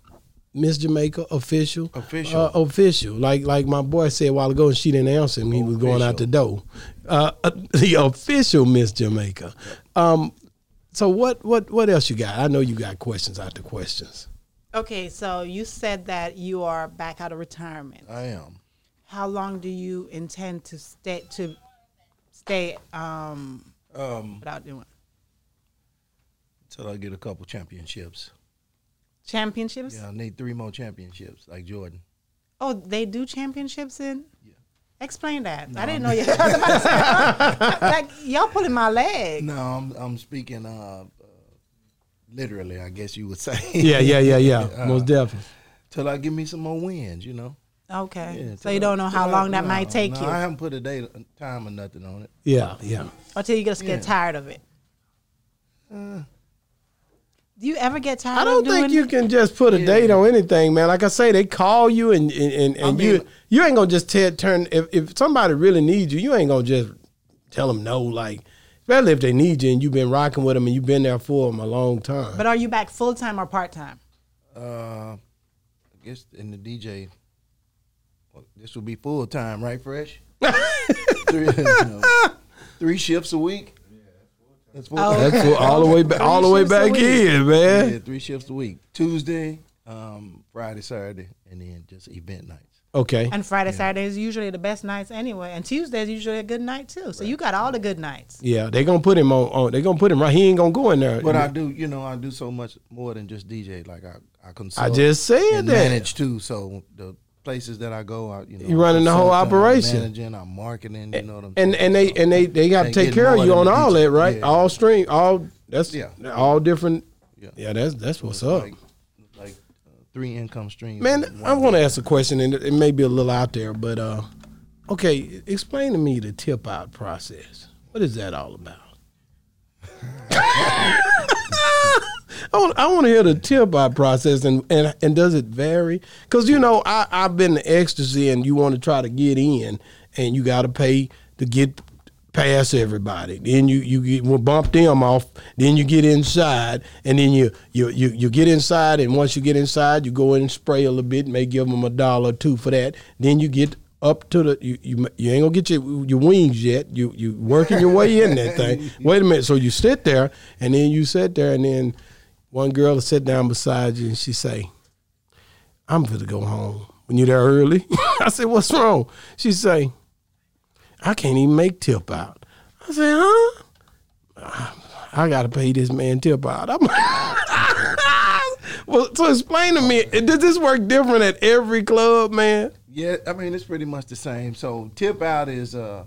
S2: Miss Jamaica official,
S4: Official.
S2: uh, official. Like, like my boy said a while ago, and she didn't answer him. He was going out the door. Uh, the official Miss Jamaica. Um, so what, what, what else you got? I know you got questions after questions.
S3: okay, so you said that you are back out of retirement.
S4: I am.
S3: How long do you intend to stay to stay um,
S4: Um,
S3: without doing
S4: until I get a couple championships.
S3: championships?
S4: Yeah, I need three more championships, like Jordan.
S3: Oh, they do championships in. Explain that. I didn't know you. I was about to say, like y'all pulling my leg.
S4: No, I'm I'm speaking uh, uh literally, I guess you would say.
S2: Yeah, yeah, yeah, yeah. Most definitely.
S4: Till I give me some more wins, you know.
S3: Okay,
S4: Yeah,
S3: so you
S4: till I-
S3: don't know how
S4: till I-
S3: long that
S4: no,
S3: might take
S4: no,
S3: you,
S4: I haven't put a date, time, or nothing on it.
S2: Yeah, yeah.
S3: until you just get
S4: Yeah. Uh.
S3: tired of it. do you ever get tired?
S2: I
S3: of
S2: don't
S3: doing
S2: think you
S3: it?
S2: can just put a date on anything, man. Like I say, they call you and and, and, and
S4: mean-
S2: you you ain't gonna just tell turn if, if somebody really needs you, you ain't gonna just tell them no. Like especially if they need you and you've been rocking with them and you've been there for them a long time.
S3: But are you back full time or part time?
S4: Uh, I guess in the DJ, well, this will be full time, right? Fresh. three, no, three shifts a week. That's
S3: Oh,
S4: full time.
S2: That's what- all the way back all the way back in, man.
S4: Yeah, three shifts a week. Tuesday, um, Friday, Saturday, and then just event nights.
S2: Okay.
S3: And Friday, Saturday is usually the best nights anyway, and Tuesday is usually a good night too. So you got all the good nights.
S2: Yeah, they gonna put him on, on they gonna put him right. He ain't gonna go in there.
S4: But I do, you know, I do so much more than just DJ. Like I, I consult.
S2: I just said
S4: and
S2: that.
S4: manage too. So the places that I go, I, you know,
S2: You running the whole
S4: consult, I'm
S2: operation.
S4: managing, I'm marketing. You know what I'm
S2: and
S4: saying?
S2: and they
S4: So
S2: and they they got to
S4: They
S2: take
S4: get
S2: care of
S4: more
S2: you
S4: than
S2: on
S4: the
S2: all
S4: DJ.
S2: that, right?
S4: Yeah.
S2: All stream, all that's
S4: Yeah.
S2: all different. Yeah,
S4: Yeah.
S2: that's that's what's
S4: it's
S2: up.
S4: Like, like uh, three income streams.
S2: Man,
S4: in
S2: I
S4: one
S2: want to
S4: day.
S2: ask a question, and it it may be a little out there, but uh, okay, explain to me the tip out process. What is that all about? I want, I want to hear the tip out process, and, and and does it vary? Because you know, I I've been to ecstasy, and you want to try to get in, and you got to pay to get past everybody. Then you you get well, bump them off. Then you get inside, and then you you you you get inside, and once you get inside, you go in and spray a little bit, may give them a dollar or two for that. Then you get up to the you, you you ain't gonna get your your wings yet. You you working your way in that thing. Wait a minute. So you sit there, and then you sit there, and then one girl will sit down beside you, and she say, "I'm gonna go home." When you there early, I said, "What's wrong?" She say, "I can't even make tip out." I say, "Huh?" I gotta pay this man tip out. I'm well, so explain to me, does this work different at every club, man?
S4: Yeah, I mean it's pretty much the same. So tip out is uh,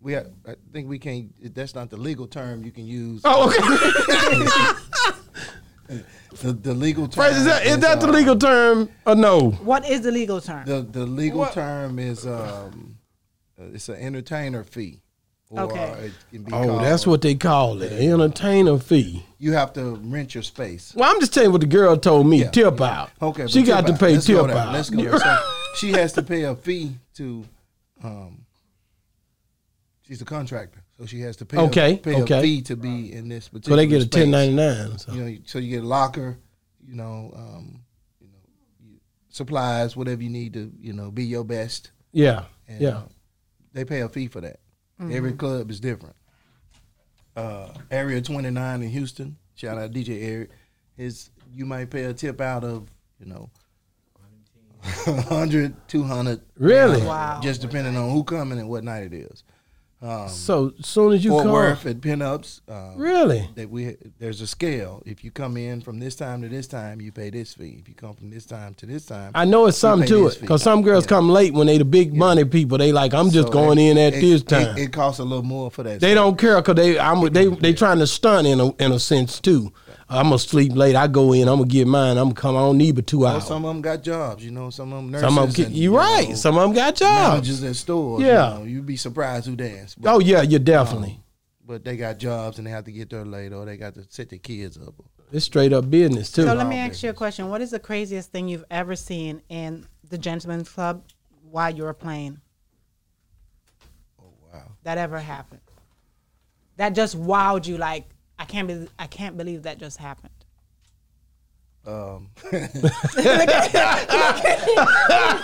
S4: we ha- I think we can't. That's not the legal term you can use.
S2: Oh, okay.
S4: The, the legal term
S2: Right, is that is that the
S4: uh,
S2: legal term or no?
S3: What is the legal term?
S4: The the legal
S2: What?
S4: term is um, uh, it's an entertainer fee. Or
S3: Okay.
S4: It can be
S2: Oh,
S4: called-
S2: that's what they call it, entertainer fee.
S4: you have to rent your space.
S2: Well, I'm just telling you what the girl told me.
S4: Yeah.
S2: Tip out.
S4: Okay,
S2: she
S4: but
S2: got
S4: tip
S2: to
S4: out.
S2: pay
S4: Let's
S2: tip
S4: go there.
S2: out.
S4: Let's go. there. So she has to pay a fee to. Um, she's a contractor, so she has to pay.
S2: Okay,
S4: A, pay
S2: okay.
S4: a fee to be in this
S2: so
S4: particular.
S2: they get a
S4: space.
S2: 1099. So.
S4: You know, so you get a locker. You know, um, you know, you- supplies, whatever you need to, you know, be your best.
S2: Yeah.
S4: And,
S2: yeah.
S4: uh, They pay a fee for that. Every club is different. Uh, Area 29 in Houston, shout out DJ Eric, is you might pay a tip out of, you know, 100, 200.
S2: Really?
S3: Wow.
S4: Just depending on who coming and what night it is.
S2: so soon as you
S4: Fort
S2: come,
S4: Worth at Pinups. Um,
S2: really?
S4: That we there's a scale. If you come in from this time to this time, you pay this fee. If you come from this time to this time,
S2: I know it's
S4: you
S2: something
S4: pay
S2: to
S4: this
S2: it
S4: fee.
S2: because some girls
S4: Yeah.
S2: come late when they the big money people. They like I'm just
S4: So
S2: going
S4: it-
S2: in at
S4: it-
S2: this
S4: it-
S2: time.
S4: It, costs a little more for that.
S2: they don't care because they I'm they they trying to stunt in a in a sense too. I'm gonna sleep late. I go in. I'm gonna get mine. I'm gonna come. I don't need but two
S4: Well,
S2: hours.
S4: some of them got jobs, you know. Some of them nurses.
S2: Some of them,
S4: and,
S2: you right.
S4: know,
S2: some of them got jobs.
S4: managers at stores.
S2: Yeah.
S4: you know, you'd be surprised who dance. But,
S2: Oh yeah, you definitely.
S4: but they got jobs and they have to get there late, or they got to set their kids up.
S2: it's straight up business too.
S3: So let me ask you a question. What is the craziest thing you've ever seen in the Gentlemen's Club while you were playing?
S4: Oh wow!
S3: that ever happened that just wowed you like i can't be i can't believe that just happened
S4: Um,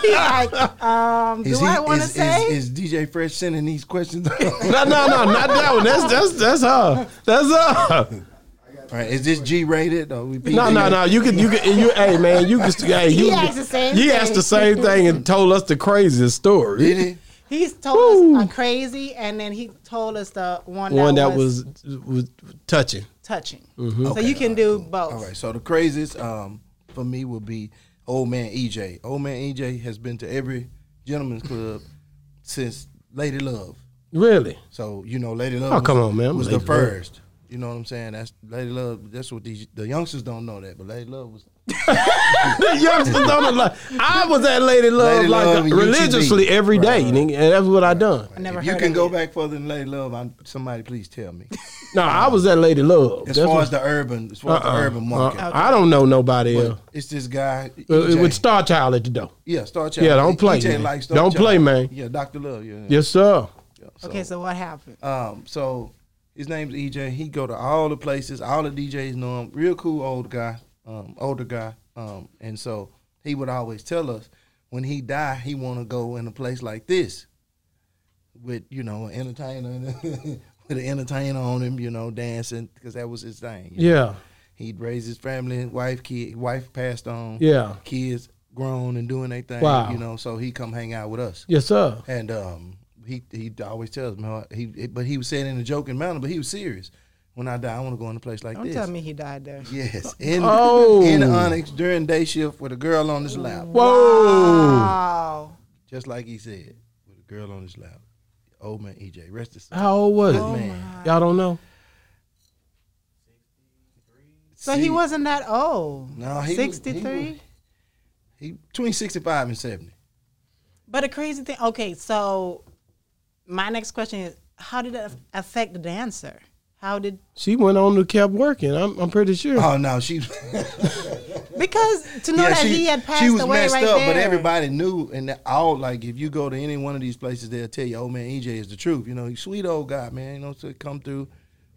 S3: He like, um, do
S4: is
S3: i
S4: he-
S3: want to
S4: is-
S3: say
S4: Is, is DJ Fresh sending these questions? All
S2: no, no, no, not that one. That's that's that's her. That's her.
S4: right, is this G rated? Or we
S2: No, no, no. You can, you can, you. Hey, man, you can. Hey, you.
S3: He asked the same
S2: You asked the same thing and told us the craziest story.
S4: Did he?
S3: he's told us a crazy and then he told us the one,
S2: One
S3: that,
S2: that was Mm-hmm. was touching.
S3: touching so you can do both
S4: All right, so the craziest um, for me would be Old Man EJ. Old Man EJ has been to every gentleman's club since Lady Love.
S2: Really?
S4: So you know, Lady Love.
S2: Oh,
S4: was-
S2: come on, man.
S4: Was
S2: Lady
S4: the
S2: Love.
S4: first. You know what I'm saying? That's Lady Love. That's what these the youngsters don't know that, but Lady Love was.
S2: The youngsters don't like. I was at Lady Love
S4: Lady
S2: like
S4: Love and
S2: religiously
S4: UGB.
S2: every day,
S4: Right.
S2: nigga, and that's what I done.
S3: i never
S4: if
S3: heard
S4: you can
S3: of
S4: go
S3: it.
S4: back further than Lady Love, I'm, somebody please tell me.
S2: No, I was at Lady Love.
S4: As
S2: That's
S4: far
S2: what-
S4: as the urban, as far as
S2: uh-uh,
S4: the urban market,
S2: uh-uh. I don't know nobody
S4: But
S2: else.
S4: it's this guy.
S2: Uh,
S4: EJ.
S2: with Star Child at the door.
S4: yeah, Star Child.
S2: Yeah, don't play,
S4: EJ
S2: man.
S4: likes Star
S2: Don't
S4: Child.
S2: play, man.
S4: Yeah, Doctor Love. Yeah. yeah.
S2: Yes, sir.
S4: yeah.
S3: okay so what happened
S4: Um, so his name's EJ. He go to all the places. All the DJs know him. Real cool old guy, um, older guy. Um, and so he would always tell us when he die, he want to go in a place like this with you know an entertainer, with an entertainer on him, you know, dancing because that was his thing. you
S2: Yeah.
S4: He'd raised his family, wife, kid, wife passed on.
S2: Yeah.
S4: kids grown and doing their thing.
S2: Wow.
S4: you know, so he come hang out with us.
S2: Yes, sir.
S4: And um, he he always tells me how- he, he- but he was saying in a joking manner, but he was serious. When I die, I want to go in a place like
S3: don't
S4: this.
S3: tell me he died there
S4: Yes, in
S2: Oh.
S4: in Onyx during day shift with a girl on his lap,
S2: Whoa.
S3: wow
S4: just like he said, with a girl on his lap. Old man EJ, rest his
S2: How old was it?
S4: good
S3: Oh,
S4: man.
S2: Y'all don't know.
S3: so he
S4: See,
S3: wasn't that old
S4: No, he was- he
S3: 63
S4: was- he between sixty five and seventy.
S3: But the crazy thing, okay, so my next question is how did it affect the dancer? How did
S2: She went on and kept working. I'm, I'm pretty sure.
S4: Oh no, she
S3: because to know that
S4: she,
S3: he had passed
S4: she was
S3: away
S4: messed
S3: right
S4: up,
S3: there.
S4: but everybody knew, and they all like if you go to any one of these places, they'll tell you, "Old man EJ is the truth." You know, he's sweet old guy, man. You know, so come through.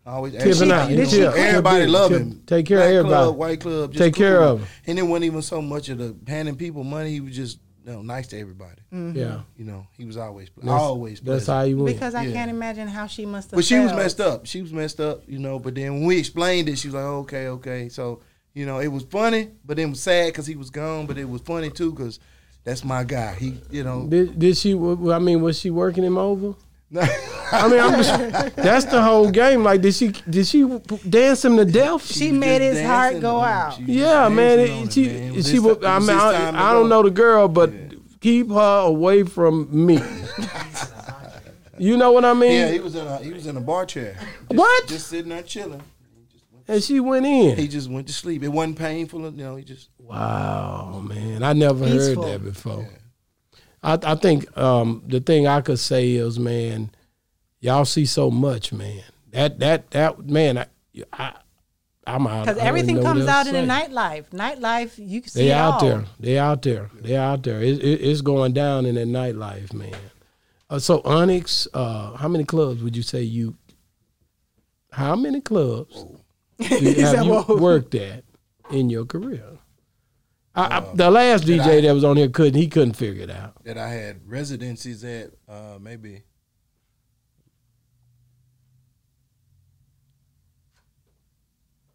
S4: I Always ask
S2: Tipping
S4: you,
S2: out.
S4: you
S2: Did she
S4: know,
S2: quit?
S4: everybody
S2: Tip-
S4: love
S2: tip-
S4: him.
S2: take care of
S4: Black
S2: everybody.
S4: Club, white club, just
S2: Take care
S4: cool.
S2: of him.
S4: And it wasn't even so much of the handing people money. He was just you know, nice to everybody.
S3: Mm.
S2: Yeah.
S4: You know, he was always ple-
S2: That's-
S4: always
S2: That's
S4: pleasant.
S2: how you went.
S3: because I
S4: Yeah.
S3: can't imagine how she must have
S4: But she was
S3: felt.
S4: messed up. She was messed up, you know. But then when we explained it, she was like, okay, okay. So, you know, it was funny, but then it was sad because he was gone. But it was funny too because that's my guy. He, you know.
S2: Did, did she? w- w- I mean, was she working him over?
S4: I
S2: I mean, I'm just, that's the whole game. Like, did she? Did she w- dance him to death?
S3: She made his heart go out.
S2: yeah, man. It, she. she. w- I mean, I, I don't know the girl, but keep her away from me. you know what I mean?
S4: Yeah, he was in a he was in a bar chair,
S2: what?
S4: just sitting there chilling.
S2: and she went in.
S4: He just went to sleep. It wasn't painful, you know. He just
S2: Wow, man, I never
S3: Peaceful.
S2: heard that before. I, I think um, the thing I could say is, man, y'all see so much, man. That that that man, I, I I'm out.
S3: Because
S2: I don't even
S3: everything
S2: know what
S3: comes
S2: else
S3: out
S2: to
S3: in the
S2: say.
S3: nightlife. Nightlife, you can see
S2: They
S3: it
S2: out
S3: all.
S2: there. They out there. They out there. It, it, it's going down in the nightlife, man. Uh, so Onyx, uh, how many clubs would you say you? How many clubs do- have you worked at in your career? I, I, the last
S4: did
S2: DJ
S4: Uh, I-
S2: that was on here couldn't he couldn't figure it out.
S4: that I had residencies at, uh, maybe.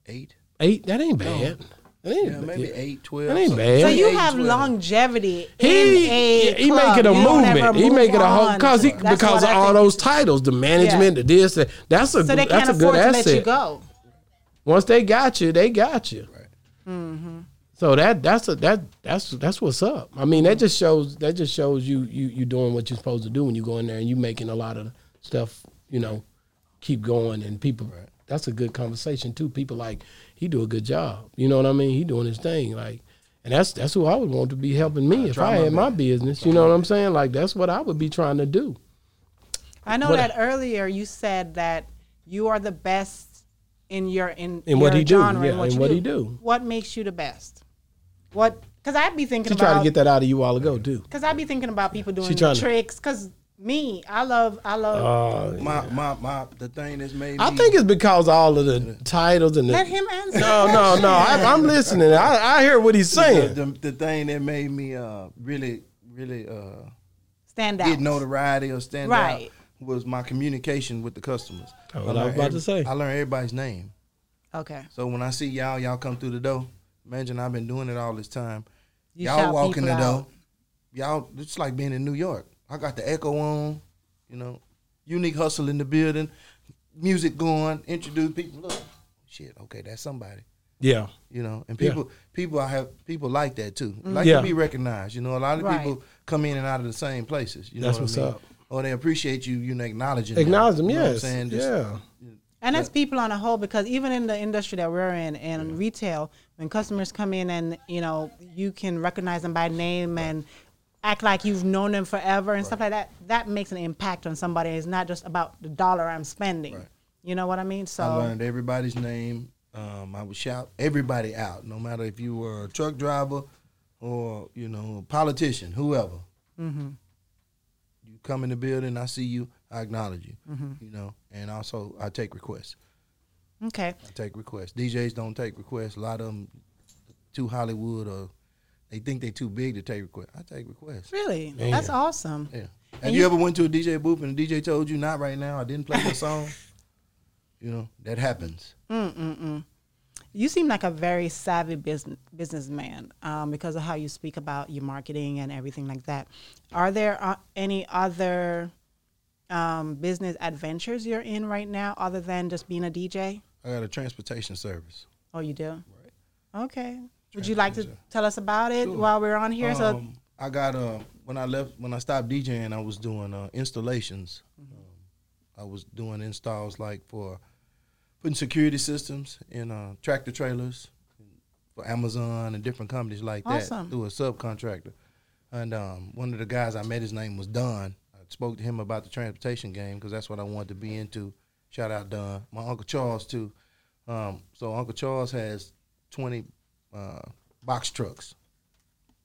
S4: Eight,
S2: Eight that ain't bad. That ain't,
S4: yeah, maybe eight, twelve.
S2: that ain't
S4: something.
S2: bad.
S3: So
S2: Yeah,
S3: you
S4: Eight,
S3: have
S4: 12.
S3: longevity.
S2: He
S3: in a
S2: yeah, he
S3: club.
S2: making a
S3: You don't ever
S2: movement. He
S3: move
S2: making a whole
S3: on.
S2: cause he
S3: That's what
S2: because of
S3: I
S2: all
S3: think.
S2: those titles, the management, the this, that, that's a
S3: So they
S2: that's
S3: can't
S2: a good
S3: afford to let you
S2: asset.
S3: go.
S2: Once they got you, they got you.
S4: Right.
S2: So that that's a that that's that's what's up. I mean, that just shows that just shows you you you doing what you're supposed to do when you go in there and you making a lot of stuff. You know, keep going and people. That's a good conversation too. People like he do a good job. You know what I mean? He doing his thing. Like, and that's that's who I would want to be helping me if
S4: try
S2: I
S4: my
S2: had my
S4: best.
S2: business. You know what I'm saying? Like that's what I would be trying to do.
S3: I know
S2: What-
S3: that earlier you said that you are the best in your in,
S2: In what
S3: your
S2: he do,
S3: genre
S2: yeah,
S3: and what,
S2: in
S3: you
S2: what
S3: do.
S2: he do.
S3: What makes you the best? What? Because I'd be thinking
S2: She
S3: about
S2: tried to get that out of you while ago too.
S3: Because I'd be thinking about people doing
S2: tryna-
S3: the tricks. Because me, I love I love.
S2: Uh,
S4: My, my, my, the thing that's made
S2: I
S4: me-
S2: think it's because all of the titles and the
S3: let him answer.
S2: No, no, no. I, I'm listening. I, I hear what he's saying.
S4: the, the, the thing that made me uh really really uh
S3: Stand out.
S4: get notoriety or stand
S3: Right.
S4: out was my communication with the customers.
S2: Oh, That's what I was
S4: learned
S2: about to
S4: every-
S2: say.
S4: I learned everybody's name.
S3: Okay.
S4: So when I see y'all, y'all come through the door. Imagine I've been doing it all this time.
S3: You
S4: all
S3: shout
S4: walk in the
S3: people
S4: door.
S3: out.
S4: Y'all, it's like being in New York. I got the echo on, you know, unique hustle in the building, music going, introduce people. Look, shit, okay, that's somebody
S2: Yeah.
S4: you know and
S2: Yeah.
S4: people people i have people like that too like
S2: Yeah.
S4: to be recognized you know a lot of
S3: Mm. Right.
S4: people come in and out of the same places you
S2: That's
S4: know what
S2: what's
S4: I mean?
S2: up.
S4: or they appreciate you you know acknowledging
S2: Acknowledge them.
S4: you know what I'm
S2: Yes.
S4: saying? Just-
S2: yeah.
S3: And that's people on a whole because even in the industry that we're in and retail, when customers come in and you know you can recognize them by name and act like you've known them forever and stuff like that, that makes an impact on somebody. It's not just about the dollar I'm spending. You know what I mean? So
S4: i learned everybody's name um, i would shout everybody out no matter if you were a truck driver or you know a politician whoever
S3: Mm-hmm.
S4: you come in the building i see you i acknowledge you
S3: Mm-hmm.
S4: you know and also i take requests
S3: okay,
S4: I take requests. DJs don't take requests. A lot of them too Hollywood or they think they too big to take requests. I take requests.
S3: really, that's awesome.
S4: Yeah. Have
S3: And
S4: you,
S3: you-
S4: ever went to a DJ booth and the DJ told you not right now? I didn't play the song. You know that happens.
S3: You seem like a very savvy business businessman um, because of how you speak about your marketing and everything like that. Are there uh, any other um, business adventures you're in right now other than just being a DJ?
S4: I got a transportation service.
S3: Oh, you do. Okay. Would you like to tell us about it
S4: Sure.
S3: while we're on here? so
S4: Um, I got uh when I left when I stopped DJing, I was doing uh, installations. Um, I was doing installs like for putting security systems in uh, tractor trailers for Amazon and different companies like that
S3: Awesome.
S4: through a subcontractor. And um, one of the guys I met, his name was Don. I spoke to him about the transportation game because that's what I wanted to be into. Shout out Don, my uncle Charles too. Um, so Uncle Charles has twenty uh, box trucks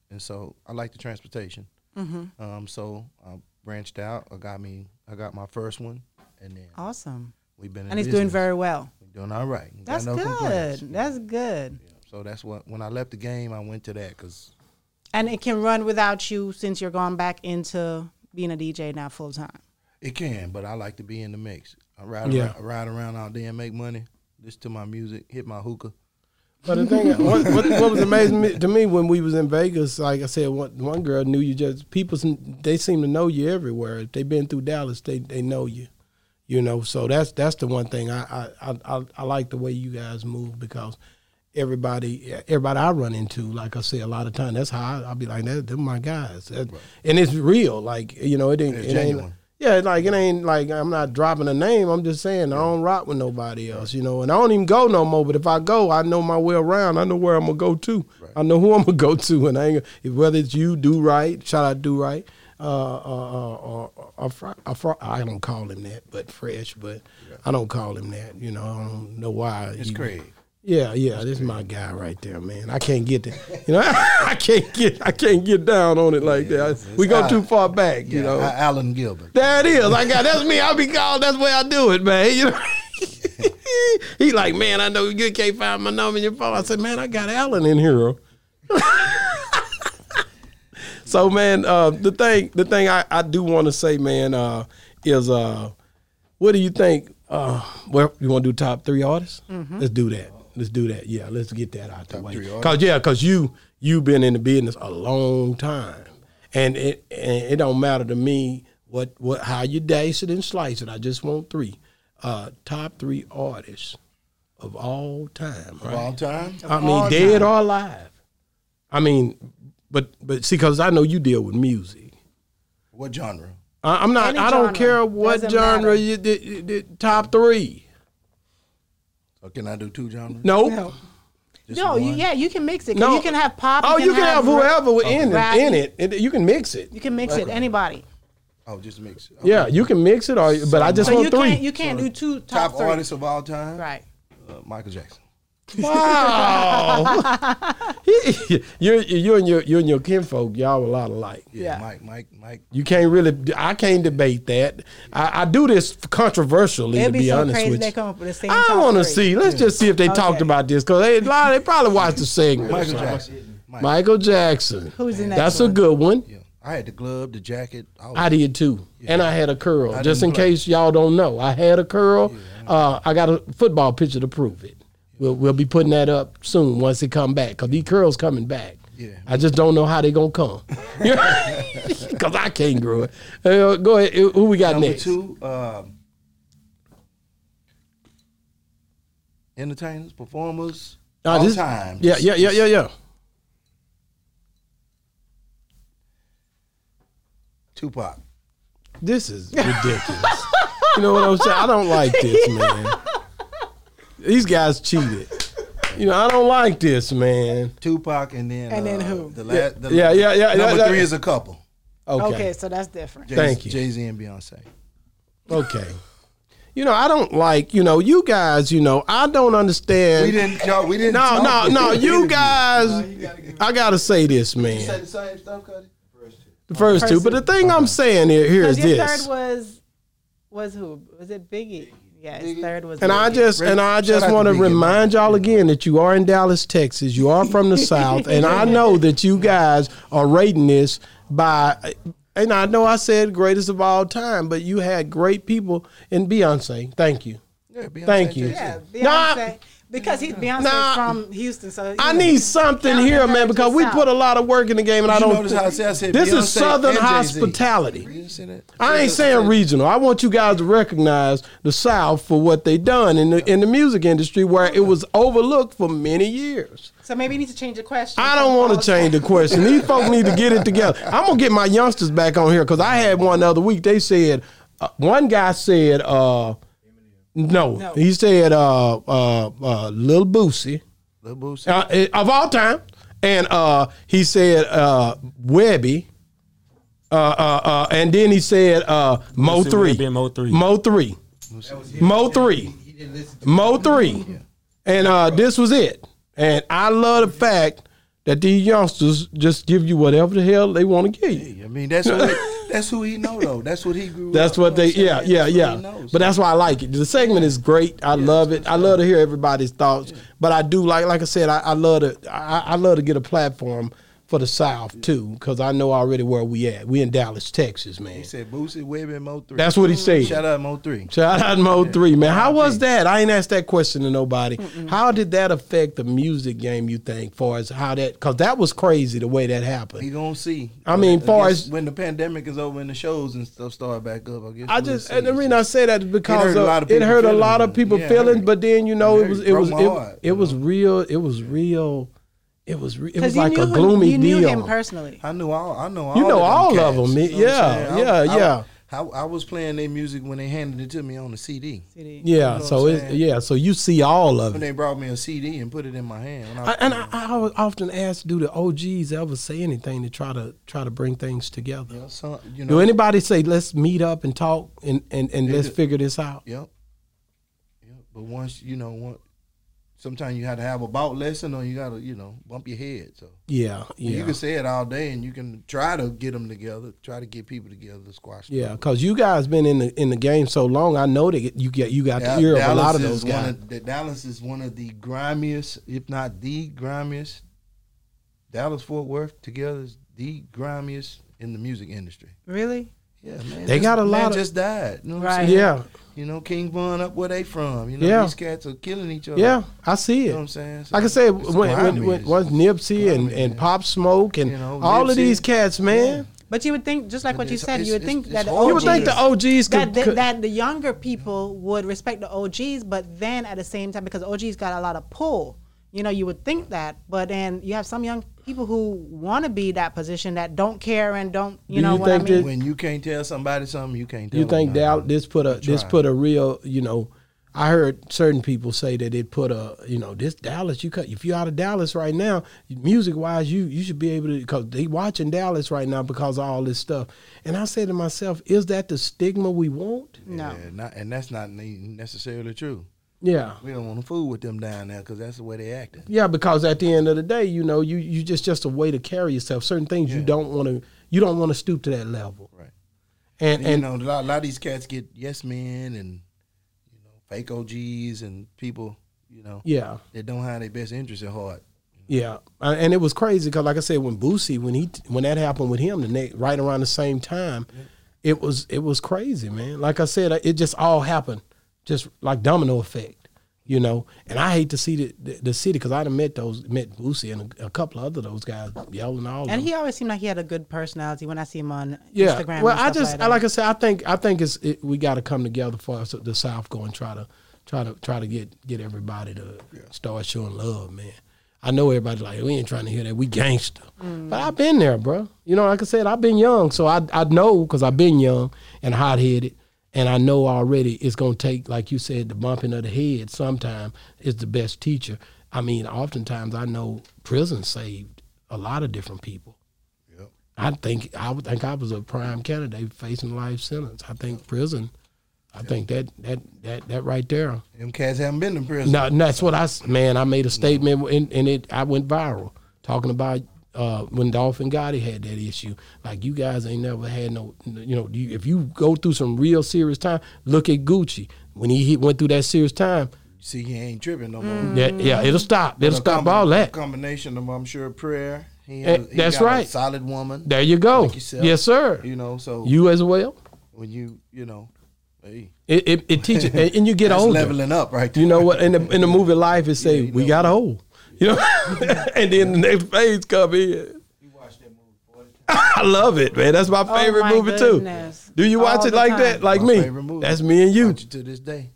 S4: and so I like the transportation.
S3: Mm-hmm.
S4: Um, so I branched out. I got me. I got my first one, and then
S3: awesome.
S4: we've been. In
S3: And he's doing
S4: business.
S3: very well.
S4: We're doing all right. Got
S3: That's
S4: no
S3: good.
S4: complaints.
S3: That's good.
S4: So that's what. When I left the game, I went to that because
S3: And it can run without you since you're going back into being a DJ now full time.
S4: it can. But I like to be in the mix. I ride,
S2: Yeah.
S4: around, I ride around all day and make money. Listen to my music, hit my hookah.
S2: But the thing, what, what, what was amazing me- to me when we was in Vegas, like I said, one, one girl knew you. Just people, they seem to know you everywhere. If they've been through Dallas, they they know you. You know, so that's that's the one thing I I, I- I, I like the way you guys move because everybody everybody I run into, like I say a lot of time, that's how I, I'll be like, that, them my guys, That- and it's real. Like you know, it ain't,
S4: It's
S2: it ain't
S4: genuine.
S2: yeah, like it ain't like I'm not dropping a name. I'm just saying I don't rock with nobody else, you know. And I don't even go no more. But if I go, I know my way around. I know where I'm gonna go to. I know who I'm gonna go to. And I ain't if whether it's you, do right, shout out, do right, uh, uh, uh, or, or, or, Fr- or Fr- I don't call him that, but fresh. But I don't call him that. You know, I don't know why.
S4: It's
S2: you-
S4: Craig.
S2: yeah, yeah, this is my guy right there, man. I can't get that. You know, I can't get I can't get down on it like that.
S4: it's-
S2: We go
S4: I-
S2: too far back,
S4: Yeah,
S2: you know.
S4: I- Alan Gilbert.
S2: There it is. I got that's me. I be called. That's the way I do it, man. You know. he like, man, I know you can't find my number in your phone. I said, man, I got Alan in here. So man, uh, the thing the thing I, I do want to say, man, uh, is uh, what do you think? Uh, well, you want to do top three artists? Let's do that. Let's do that. Yeah, let's get that out the
S4: Top
S2: way.
S4: three artists?
S2: Cause yeah, cause you you've been in the business a long time, and it and it don't matter to me what what how you dice it and slice it. I just want three uh, top three artists of all time. Right?
S4: All time.
S2: I mean, dead or alive. I mean, but but see, because I know you deal with music.
S4: What genre?
S2: I, I'm not.
S3: Any
S2: I don't
S3: genre.
S2: care what
S3: Doesn't
S2: genre
S3: matter.
S2: you did. you did- top three.
S4: So can I do two genres?
S2: Nope.
S3: No,
S4: Just
S3: no you,
S4: one?
S3: yeah, you can mix it. 'cause
S2: No.
S3: you can have pop.
S2: Oh, you can have
S3: rock,
S2: whoever in it.
S3: Right.
S2: In it. It- you can mix it.
S3: You can mix it. Anybody.
S4: Oh, just mix. it. Okay.
S2: Yeah, you can mix it. Or but I just
S3: So you
S2: want
S3: can't.
S2: 3
S3: You can't do two top,
S4: Top
S3: three.
S4: artists of all time.
S3: Right.
S4: Uh, Michael Jackson.
S2: wow. you're you and your you and your kinfolk. Y'all a lot alike.
S4: Yeah,
S3: Yeah.
S4: Mike. Mike. Mike.
S2: You can't really. I can't debate that. I, I do this controversially.
S3: It'd
S2: to
S3: be,
S2: be
S3: so
S2: honest
S3: crazy
S2: with
S3: they
S2: you.
S3: come up with the same.
S2: I
S3: top
S2: want to
S3: three.
S2: see. Let's just see if they talked
S3: Okay.
S2: about this because they lot- they probably watched the segment.
S4: Michael Jackson. Mike.
S2: Michael Jackson.
S3: Who's the next
S2: That's a
S3: one?
S2: good one.
S4: Yeah. I had the glove, the jacket. all
S2: I did too, and I had a curl.
S4: I
S2: just in
S4: didn't play.
S2: case y'all don't know, I had a curl. Uh, I got a football picture to prove it. We'll, we'll be putting that up soon once it come back because these curls coming back.
S4: Yeah.
S2: I just don't know how they gonna come because I can't grow it. Uh, go ahead. Who we got
S4: Number
S2: next?
S4: two, um, entertainers, performers,
S2: Uh,
S4: all
S2: this-
S4: time.
S2: Yeah, yeah, yeah, yeah, yeah.
S4: Tupac.
S2: This is ridiculous. you know what I'm saying? I don't like this, man. These guys cheated. You know, I don't like this, man.
S4: Tupac, and then
S3: And then
S4: uh,
S3: who?
S4: The last, the
S2: Yeah, yeah, yeah, yeah,
S4: Number
S2: yeah.
S4: three is a couple.
S2: Okay.
S3: Okay,
S2: Okay.
S3: so that's different.
S2: Thank you.
S4: Jay Z and Beyonce.
S2: You know, I don't like, you know, you guys, you know, I don't understand.
S4: We didn't. Y'all, we didn't.
S2: no, no,
S4: talk.
S2: no, you guys,
S5: gotta give-
S2: I got to say this,
S5: You
S2: man.
S5: said the same stuff, Cuddy? First two.
S2: The first two, but the thing I'm saying here, here is
S3: Because your
S2: this.
S3: third was was who? Was it Biggie? Yeah, his third was.
S2: And I
S3: Biggie.
S2: just and I
S4: Shout
S2: just
S4: out to
S2: want to
S4: Biggie,
S2: remind y'all again that you are in Dallas, Texas. You are from the South, and I know that you guys are rating this by. And I know I said greatest of all time, but you had great people in Beyonce. Thank you.
S4: Yeah, Beyonce,
S2: Thank you.
S4: Jay-Z.
S3: Yeah, Beyonce.
S2: Nah.
S3: because he Beyonce's
S2: Nah.
S3: from Houston, so
S2: I need something here, man, because we put a lot of work in the game, and I
S4: You
S2: don't.
S4: notice how I said, I said
S2: this
S4: Beyonce
S2: is Southern
S4: and Jay-Z.
S2: hospitality.
S4: You see that?
S2: I ain't saying regional. I want you guys to recognize the South for what they done in the in the music industry, where it was overlooked for many years.
S3: So maybe you need to change the question.
S2: I don't want to change the question. These folks need to get it together. I'm gonna get my youngsters back on here because I had one the other week. They said uh, one guy said uh, no.
S3: No.
S2: he said uh, uh, uh, Lil Boosie
S4: Lil Boosie.
S2: uh, eh, of all time, and uh, he said uh, Webby. Uh, uh, uh, and then he said uh, Mo
S6: Boosie,
S2: three,
S6: Webby, and Mo three.
S2: Mo three, Mo three.
S5: He didn't listen to
S2: Mo three, and uh, this was it. And I love the fact that these youngsters just give you whatever the hell they want to give you.
S4: I mean, that's what he, that's who he know though. That's what he grew.
S2: That's
S4: up
S2: what they,
S4: with. So
S2: yeah,
S4: that's
S2: yeah,
S4: what he
S2: yeah.
S4: knows.
S2: But that's why I like it. The segment is great. I love it. I love to hear everybody's thoughts. But I do like, like I said, I, I love to, I, I love to get a platform for the South too, because I know already where we at. We in Dallas, Texas, man.
S4: he said Boosie, Webby, and Mo three.
S2: That's what he said.
S4: Shout out Mo three.
S2: Shout out Mo Three, man. How was that? I ain't asked that question to nobody. How did that affect the music game? You think, far as how that? Because that was crazy the way that
S4: He
S2: happened.
S4: gonna see.
S2: I mean,
S4: I
S2: far
S4: guess
S2: as-
S4: when the pandemic is over and the shows and stuff start back up, I guess.
S2: I
S4: we'll
S2: just
S4: see.
S2: and the reason I say that is because
S4: hurt a
S2: of-
S4: lot of
S2: it
S4: people
S2: hurt a
S4: feelings,
S2: lot of
S4: man.
S2: people
S4: Yeah, it
S2: feeling,
S4: hurt.
S2: but then you know it
S4: It hurt.
S2: was
S4: It
S2: it was
S4: broke my heart,
S2: it, it
S4: you
S2: was
S4: know?
S2: real. It was real. It was re- it was
S3: because you
S2: like
S3: knew
S2: a
S3: him-
S2: gloomy
S3: you knew him
S2: deal.
S3: personally.
S4: I knew all. I know all.
S2: You know
S4: of
S2: all of
S4: them cats,
S2: them,
S4: you know what I'm
S2: yeah,
S4: saying? I-
S2: yeah,
S4: I-
S2: yeah.
S4: I, I was playing their music when they handed it to me on the CD.
S3: CD.
S2: yeah,
S4: what
S2: so
S4: I'm
S2: it,
S4: saying?
S2: yeah, so you see all of
S4: When
S2: it.
S4: they brought me a CD and put it in my hand, and I,
S2: I, and I, I always- often ask, do the OGs ever say anything to try to try to bring things together?
S4: you know, some, you know
S2: Do anybody say let's meet up and talk and and, and let's
S4: do.
S2: figure this out?
S4: Yep. Yep. But once you know, one, sometimes you have to have a bout lesson, or you gotta you know bump your head. So
S2: Yeah, yeah,
S4: you can say it all day, and you can try to get them together, try to get people together, to squash.
S2: yeah.
S4: them.
S2: Cause you guys been in the in the game so long, I know that you get you got the ear of a lot of
S4: is
S2: those
S4: One
S2: guys.
S4: of, the- Dallas is one of the grimiest, if not the grimiest. Dallas Fort Worth together is the grimiest in the music industry.
S3: Really?
S4: Yeah, man.
S2: They
S4: just-
S2: got a
S4: man
S2: lot of-
S4: just died. You know what I'm
S3: Right.
S4: saying?
S2: Yeah,
S4: You know, King Von up where they from. You know,
S2: Yeah.
S4: these cats are killing each other.
S2: yeah, I see
S4: You
S2: it.
S4: know what I'm saying? So
S2: like I said,
S4: it's
S2: when, when,
S4: grimy.
S2: when,
S4: It's-
S2: once Nipsey and,
S4: grimy,
S2: and
S4: man.
S2: Pop Smoke and
S4: You know,
S2: all of
S4: Nipsey.
S2: these cats, man,
S3: But you would think, just like
S4: But
S3: what you
S4: it's-
S3: said, you
S4: it's-
S3: would think
S4: it's-
S3: that
S4: it's
S3: the
S4: horrible.
S2: you would think the
S4: OGs.
S2: OGs could,
S3: that, the,
S2: could
S3: that the younger people would respect the OGs, but then at the same time, because OGs got a lot of pull, you know, you would think that, but then you have some young people who want to be that position that don't care and don't, you
S2: Do
S3: know
S2: you
S3: what I
S2: think
S3: mean?
S4: when you can't tell somebody something, you can't tell
S2: you think
S4: them
S2: that
S4: nothing.
S2: this put a this
S4: try.
S2: put a real you know I heard certain people say that it put a you know this Dallas you cut if you're out of Dallas right now music wise you you should be able to because they watching Dallas right now because of all this stuff and I say to myself is that the stigma we want
S3: No.
S4: Yeah, not, and that's not ne- necessarily true.
S2: yeah
S4: We don't want to fool with them down there because that's the way they acting.
S2: yeah because at the end of the day you know you you just just a way to carry yourself certain things you
S4: Yeah.
S2: don't want to you don't want to stoop to that level
S4: Right.
S2: and and
S4: And, you know, a lot, a lot of these cats get yes men and you know fake OGs and people you know
S2: yeah
S4: that don't have their best interest at heart.
S2: Yeah, Uh, and it was crazy because, like I said, when Boosie, when he, when that happened with him, the next, right around the same time, it was, it was crazy, man. Like I said, it just all happened, just like domino effect, you know. And I hate to see the the, the city because I'd have met those, met Boosie and a, a couple of other those guys yelling all.
S3: And
S2: them.
S3: he always seemed like he had a good personality when I see him on
S2: yeah.
S3: Instagram.
S2: well,
S3: and
S2: I
S3: stuff
S2: just,
S3: like,
S2: I-
S3: that.
S2: like I said, I think, I think it's, it, we got to come together for us, the South, go and try to, try to, try to get get everybody to start showing love, man. I know everybody's like, we ain't trying to hear that. We gangster.
S3: Mm.
S2: But I've been there, bro. You know, like I said, I've been young. So I, I know because I've been young and hot headed. And I know already it's going to take, like you said, the bumping of the head sometime is the best teacher. I mean, oftentimes I know prison saved a lot of different people.
S4: Yep.
S2: I think I would think I was a prime candidate facing life sentence. I think prison. I think that that that that right there.
S4: Them cats haven't been in prison.
S2: No, and that's what I s- man. I made a statement and, and it I went viral talking about uh, when Dolphin Gotti had that issue. Like you guys ain't never had no, you know, you, if you go through some real serious time, look at Gucci when he hit, went through that serious time.
S4: See, he ain't tripping no more.
S2: Yeah, yeah, it'll stop. It'll
S4: A
S2: stop
S4: combi-
S2: all that.
S4: combination of I'm sure prayer. He,
S2: Eh,
S4: he
S2: that's
S4: got
S2: right.
S4: A solid woman.
S2: There you go.
S4: Like yourself.
S2: yes, sir.
S4: you know, so
S2: You as well.
S4: when you you know, hey,
S2: It it, it teaches and, and you get
S4: that's
S2: older.
S4: leveling up right there.
S2: You know what? In the in the movie Life, it say
S4: you
S2: we
S4: know.
S2: got old. You know, and then the next phase come in.
S5: You watched that movie 40 times.
S2: I love it, man. That's my favorite
S3: Oh my
S2: movie
S3: goodness.
S2: too. Do you watch
S3: All
S2: it
S3: the
S2: like
S3: time.
S2: that, like
S4: My favorite
S2: me?
S4: movie.
S2: That's me and you.
S4: Watch it to this day.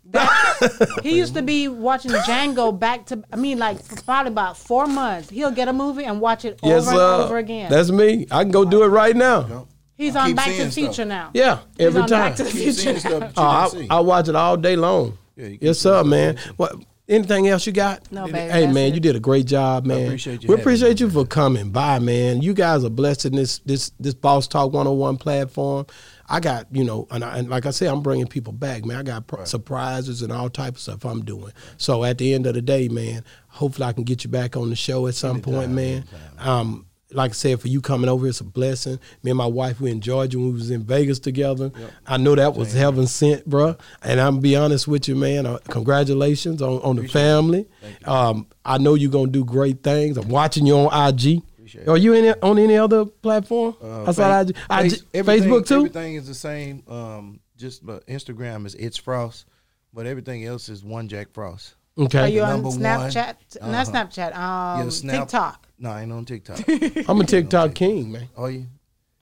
S3: He used to be watching Django back to, I mean, like for probably about four months. He'll get a movie and watch it
S2: Yes,
S3: over and
S2: sir.
S3: over again.
S2: That's me. I can go do it right now.
S4: No,
S3: He's
S4: I
S3: on
S4: keep
S3: Back to the
S4: seeing
S3: Future
S4: stuff.
S3: now.
S2: Yeah,
S3: He's
S2: every
S3: on
S2: time.
S3: Back to the
S4: keep
S3: Future.
S4: seeing stuff that you
S2: Oh,
S4: didn't
S2: I,
S4: see.
S2: I watch it all day long.
S4: Yeah, you keep
S2: yes, sir, man. What? Anything else you got?
S3: No, baby,
S2: Hey,
S3: that's
S2: man,
S3: it.
S2: you did a great job, man.
S4: appreciate you
S2: We
S4: having
S2: appreciate
S4: me,
S2: you for coming by, man. You guys are blessed in this this this Boss Talk 101 platform. I got you know, and, I, and like I said, I'm bringing people back, man. I got pr- surprises and all type of stuff I'm doing. So at the end of the day, man, hopefully I can get you back on the show at some point, man. Um, like I said, for you coming over, it's a blessing. Me and my wife, we in Georgia when we was in Vegas together. I know that was heaven sent, bruh. And I'm gonna be honest with you, man. Uh, congratulations on, on the family. Um, I know you're gonna do great things. I'm watching you on IG.
S4: Appreciate
S2: Are you in it- on any other platform?
S4: Uh,
S2: I saw IG,
S4: Fa-
S2: IG
S4: Face- everything-
S2: Facebook too.
S4: Everything is the same. Um, just but Instagram is it's Frost, but everything else is one Jack Frost.
S3: Are
S2: Okay,
S3: you on
S4: Number one.
S3: Snapchat? Not
S4: Uh-huh.
S3: Snapchat. Um,
S4: Yeah, Snap-
S3: TikTok.
S4: No, I ain't on TikTok.
S2: I'm a TikTok king, man.
S4: oh, you?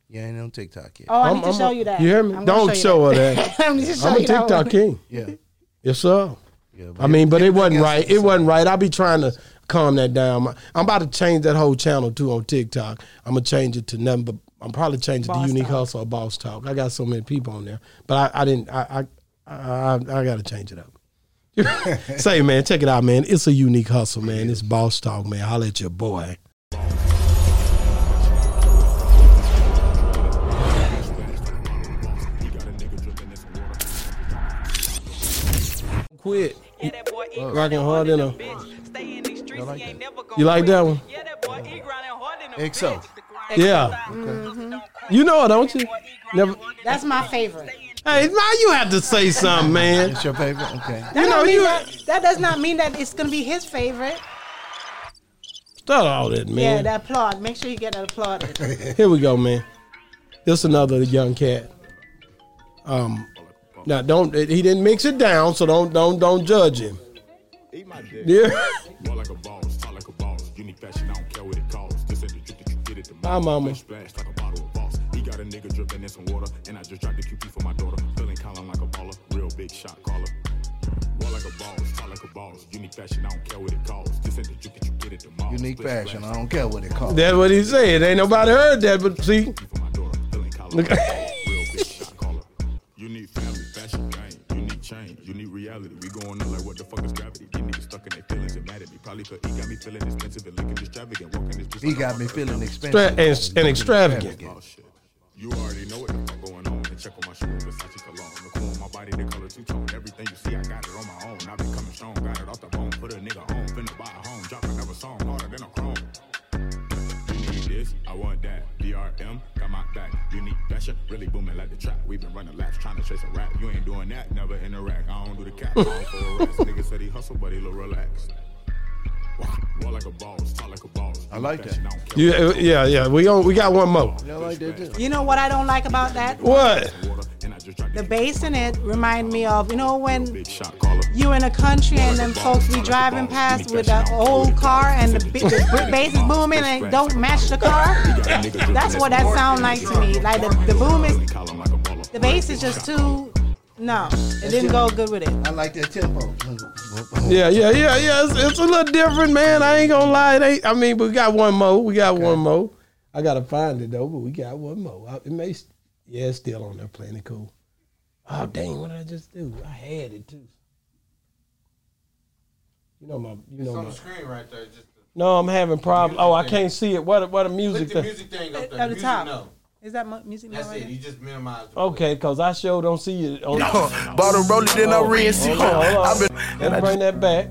S4: Yeah, I ain't on TikTok yet.
S3: Oh, I
S2: I'm-
S3: need to
S2: I'm
S3: show
S2: a-
S3: you that.
S2: you hear me?
S3: I'm gonna
S2: Don't show
S3: you
S2: her that.
S3: I need to show
S2: I'm a
S3: you that
S2: TikTok
S3: one.
S2: king.
S4: Yeah.
S2: Yes, sir.
S4: yeah
S2: I mean, but it wasn't
S4: everything else
S2: right.
S4: is the
S2: It
S4: same.
S2: wasn't right. I'll be trying to calm that down. I'm about to change that whole channel too on TikTok. I'm gonna change it to nothing but I'm probably changing it to
S3: Boss
S2: Unique
S3: Talk.
S2: Hustle or Boss Talk. I got so many people on there, but I, I didn't. I I, I I gotta change it up. Say, man, check it out, man. It's a unique hustle, man. It's Boss Talk, man. Holla at your boy. Quit.
S1: Yeah, that boy E
S2: Rocking
S1: grinding hard
S2: hard in
S1: in a
S2: a-
S1: bitch. Stay in these streets,
S4: like
S1: he ain't never gonna
S2: You like that one?
S1: Yeah, that boy E grinding hard in a
S4: XO.
S1: bitch.
S2: Yeah. You know her, don't you?
S1: E
S2: Never.
S3: That's my favorite.
S2: Hey, now you have to say something, man.
S4: It's your favorite? Okay.
S3: That,
S2: You know,
S3: don't mean
S2: you-
S3: that, that does not mean that it's gonna be his favorite.
S2: Start all that,
S3: Yeah,
S2: man.
S3: that applaud. Make sure you get that applauded.
S2: Here we go, man. This another young cat. Um, now don't he didn't mix it down, so don't don't don't judge him.
S6: Eat my dick.
S2: Yeah,
S7: More like a boss, talk like a boss. Unique fashion, I don't care what it costs. This ain't the drip that you get at the
S2: Bye, mama.
S7: Flesh Splash like a bottle of boss. He got a nigga dripping in some water, and I just dropped the QP for my daughter. Feeling Colin like a baller, real big shot caller. More like a boss, talk like a boss. Unique fashion, I don't care what it costs. This ain't the drip that you get at the mall.
S4: Unique
S7: Flesh
S4: fashion. I
S7: splash
S4: don't care what it costs.
S2: that's what he said. Ain't nobody heard that, but see,
S7: for my daughter. Feeling Colin
S2: Look-
S7: like a baller, real big shot caller. You need family, fashion game. You need change. You need reality. We going up like what the fuck is gravity? These niggas stuck in their feelings and mad at me. Probably cause he got me feeling expensive and looking extravagant. Walking this bitch
S4: He
S7: like I'm
S4: got
S7: on
S4: me
S7: the-
S4: feeling expensive.
S2: stra- and, and extravagant.
S7: Oh shit. You already know what the fuck going on. And check on my shoe, Versace cologne. Look on my body, the color two tone. Everything you see, I got it on my own. I been coming strong, got it off the bone. Put a nigga on, finna buy a home. Drop another song harder than a chrome. You need this, I want that. DRM, got my back. You need fashion, really booming like the trap. We been running laps, trying to chase a rap. You ain't doing that, never interact. I don't do the cap. I don't for a rest. Nigga said he hustle, but he look relaxed. Wow. Roll like a boss, talk like a boss.
S4: I like that.
S7: Fashion, I don't care
S2: Yeah, uh, yeah, yeah. We on, we got one more.
S4: I like that too.
S3: you know what I don't like about that?
S2: What?
S7: water, and I just drop
S3: The bass in it remind me of you know when
S7: Big shot caller.
S3: you in a country and them folks be driving past with an old car and the, b- the bass is booming and it don't match the car. That's what that sound like to me. Like the, the boom is the bass is just too. No, it didn't go good with it.
S4: I like that tempo.
S2: Yeah, yeah, yeah, yeah. It's, it's a little different, man. I ain't gonna lie. It ain't, I mean, we got one more. We got one more. I gotta find it though, but we got one more. I, it may, s- yeah, it's still on there, plenty cool. Oh dang, what did I just do? I had it too. You know my, you know
S5: on
S2: my.
S5: the screen right there. Just
S2: No, I'm having problems. Oh, I
S5: Music thing.
S2: can't see it. What, a- what a
S5: click
S2: music
S5: the
S2: thing.
S5: music thing up
S3: At
S5: there.
S3: the
S5: music,
S3: top.
S5: No.
S3: Is that mu- music?
S5: That's
S3: right
S5: it. You just minimize the
S2: Okay, cause I sure don't see it. On,
S8: Bought a roller, then I ran see.
S2: Hold on, hold on.
S8: I've been.
S2: Let's bring that back.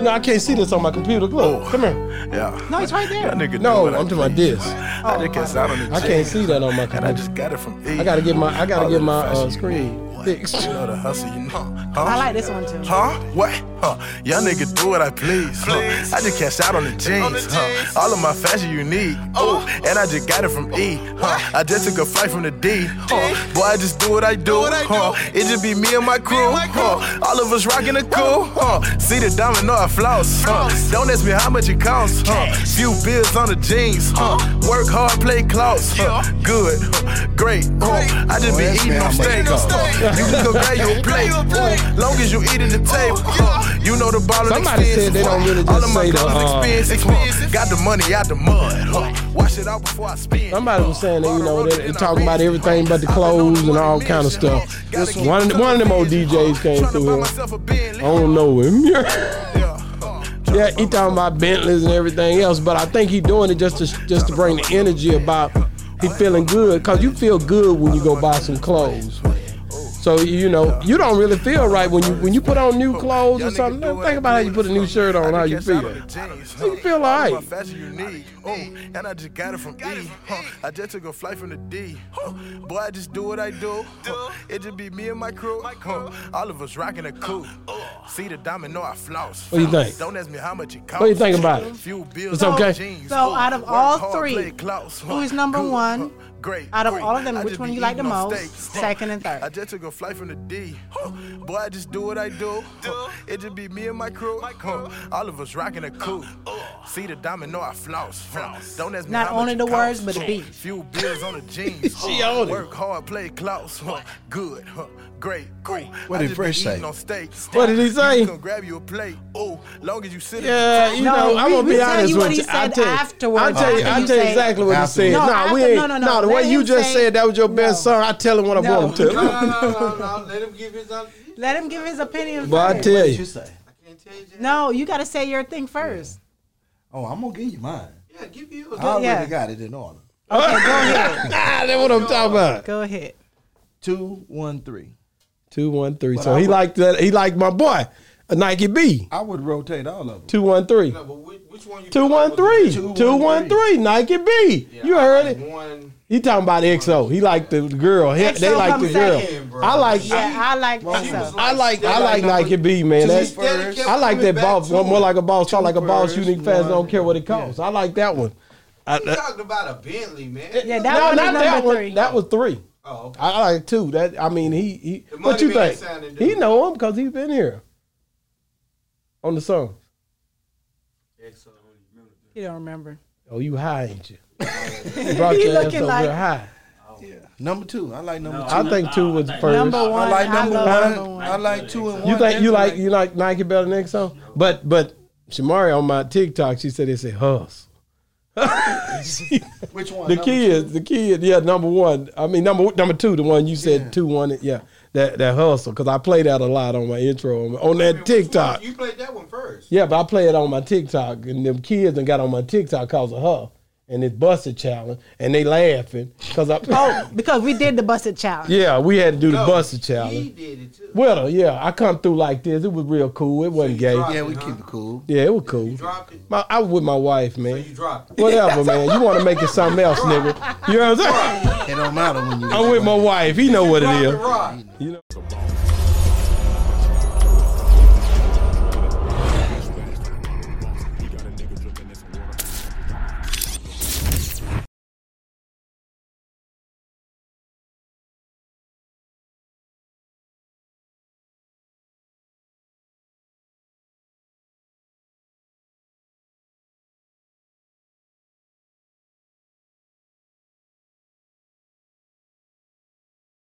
S2: No, I can't see this on my computer. Look,
S8: Oh.
S2: come here.
S8: Yeah.
S3: No, it's right there.
S8: That nigga do
S2: No,
S8: what I
S2: I'm talking about
S8: please.
S2: this.
S8: That nigga gets out on the
S2: I
S8: jet,
S2: can't see that on my
S8: And I
S2: computer.
S8: just got it from E.
S2: I gotta get my I gotta
S8: All
S2: get
S8: of the
S2: my uh,
S8: fashion
S2: screen
S8: you need.
S2: fixed.
S8: You know the hustle, you know. Huh?
S3: I like this one too.
S8: Huh? What? Huh? Y'all nigga do what I please. Huh? I just cash out on the jeans. Huh? All of my fashion you need. Oh, and I just got it from E. Huh? I just took a flight from the D. Huh? Boy, I just do what I do. huh? It just be me and my crew. Huh? All of us rocking the cool. Huh? See the diamond, no, I floss. Huh? Don't ask me how much it costs. Huh? Few bills on the jeans. Huh? Work hard, play close. Huh? Good. Huh? Great. Huh? I just be
S4: that's
S8: eating
S4: bad.
S8: on
S4: I'm
S8: steak.
S4: like,
S8: Huh? You can go grab you a plate. Ooh, Long as you eat at the table. huh? You know the ball
S2: Somebody said they don't really just say the, uh,
S8: Got the money out the mud. huh? Wash it out before I spend.
S2: Somebody was saying that you know they they talking about everything but the clothes and all kind of stuff. One of the- one of them old DJs came through here. I don't know him. yeah, he talking about Bentleys and everything else, but I think he doing it just to just to bring the energy about he feeling good because you feel good when you go buy some clothes. So you know you don't really feel right when you when you put on new clothes or something. Think about how you put a new shirt on, how you feel. You feel alright.
S8: Oh, And I just got it from E. huh? I just took a flight from the D. huh? Boy, I just do what I do. huh? It just be me and my crew. Oh. huh? All of us rocking a coup. See the diamond, know I floss.
S2: What you think?
S8: Don't ask me how much it costs.
S2: What you think about it?
S8: Few bills,
S2: It's okay?
S8: jeans,
S3: So out of
S8: work
S3: all
S8: hard,
S3: three,
S8: play close,
S3: who
S8: huh?
S3: is number
S8: Good,
S3: one?
S8: huh? Great.
S3: Out of
S8: great.
S3: all of them,
S8: I
S3: which
S8: just
S3: one
S8: be
S3: you like the
S8: eating on
S3: most?
S8: steaks, huh?
S3: Second and third.
S8: I just took a flight from the D. huh? Boy, I just do what I do. huh? It just be me and my crew. huh? All of us rocking a coup. See the diamond, know I floss. huh? Don't ask me
S3: Not
S8: how much
S3: only
S8: it
S3: the words,
S8: costs,
S3: but the
S8: huh?
S3: beat.
S8: Few bills on the jeans.
S2: She
S8: huh?
S2: on it.
S8: Work hard, play close. huh? Good. huh? Great. Great.
S4: What
S8: I
S4: did
S8: just be
S4: Fresh say?
S8: eating on steaks.
S2: What did he say?
S8: You can grab you a plate. Oh, long as you sit. at the
S2: Yeah, you
S3: No,
S2: know, I'm
S3: we-
S2: gonna
S3: we
S2: be
S3: tell
S2: honest
S3: you
S2: with
S3: what he
S2: you. I
S3: said
S2: tell you, I
S3: afterwards,
S2: tell you,
S3: after
S2: I
S3: you
S2: tell you
S3: say-
S2: exactly what he said.
S4: Afterwards.
S2: No,
S3: No,
S2: we
S3: after-
S2: ain't.
S3: no, no, no.
S2: the
S3: Let
S2: way you
S3: him say-
S2: just said that was your best
S3: No.
S2: song. I tell him what I
S3: No.
S2: want him
S5: No,
S2: to.
S5: no, no, no, no. Let him give his. own-
S3: Let him give his opinion.
S2: But I
S3: first.
S2: tell you,
S4: say?
S5: I can't tell you. Jay.
S3: no, you got to say your thing first.
S4: Oh, I'm gonna give you mine.
S5: Yeah, give you. A,
S4: I already
S3: yeah.
S4: got it in order.
S2: ah, that's what I'm talking about.
S3: Go ahead.
S4: Two, one, three.
S2: Two one three.
S4: But
S2: So
S4: I
S2: he
S4: would-
S2: liked that. He liked my boy, a Nike B.
S4: I would rotate all of them.
S2: Two one three.
S5: no, but which, which one you?
S2: Two one three.
S4: Two,
S2: Two
S4: one,
S2: one three. Nike B.
S5: Yeah,
S2: You
S5: I
S2: heard
S5: like
S2: it.
S5: One.
S2: He talking about XO. He like the girl. He- they
S3: XO
S2: like
S3: come
S2: the girl.
S5: second, bro.
S2: I like.
S3: Yeah, I like that.
S2: I like I like
S4: number
S2: Nike B man.
S4: two
S2: That's,
S4: first,
S2: I like that boss. One more like a boss. Talk
S4: Two
S2: like a boss.
S4: first,
S2: Unique fast.
S4: one.
S2: Don't care what it costs. I like that one. I,
S5: You talking about a Bentley, man.
S3: Yeah, that
S2: no, not
S3: one is
S2: that
S3: number
S2: one.
S3: three.
S2: That was three.
S5: Oh, okay.
S2: I I like two. That I mean, he. he
S5: The
S2: what
S5: Money
S2: you
S5: Man
S2: think?
S5: sounded
S2: He
S5: good.
S2: know him because he's been here on the song.
S3: You don't remember.
S2: Oh, you high, ain't you? you brought
S3: He
S2: your ass
S3: looking
S2: up
S3: like-
S2: real high.
S4: Number two. I like number two.
S2: I think two was the first.
S3: uh, Number one.
S4: I like number
S3: love
S4: one. I like two and one.
S2: You think you
S4: definitely.
S2: like you like Nike better than XO? But but Shamari on my TikTok, she said they said Huss.
S4: which one?
S2: The
S4: Number two?
S2: kids, the kid, yeah, number one. I mean, number number two, the one you said two one, yeah, that that hustle. Because I play that a lot on my intro on, on
S5: Which one?
S2: that TikTok.
S5: You played that one first.
S2: Yeah, but I play it on my TikTok, and them kids done got on my TikTok cause of her and this busted challenge, and they laughing because I.
S3: Oh, because we did the busted child.
S2: yeah, we had to do the
S5: No,
S2: busted
S5: He
S2: challenge.
S5: did it too.
S2: Well, yeah, I come through like this. It was real cool. It wasn't gay.
S5: dropped
S4: Yeah, we
S5: Huh?
S4: keep it cool.
S2: Yeah, it was cool.
S5: You dropped it.
S2: My, I was with my wife,
S5: So
S2: man.
S5: you dropped it.
S2: Whatever, man. You want to make it something else, nigga. You know what I'm saying?
S4: It don't matter when you.
S2: I'm with my wife. He know what it
S5: Drop it,
S2: is.
S5: Rod.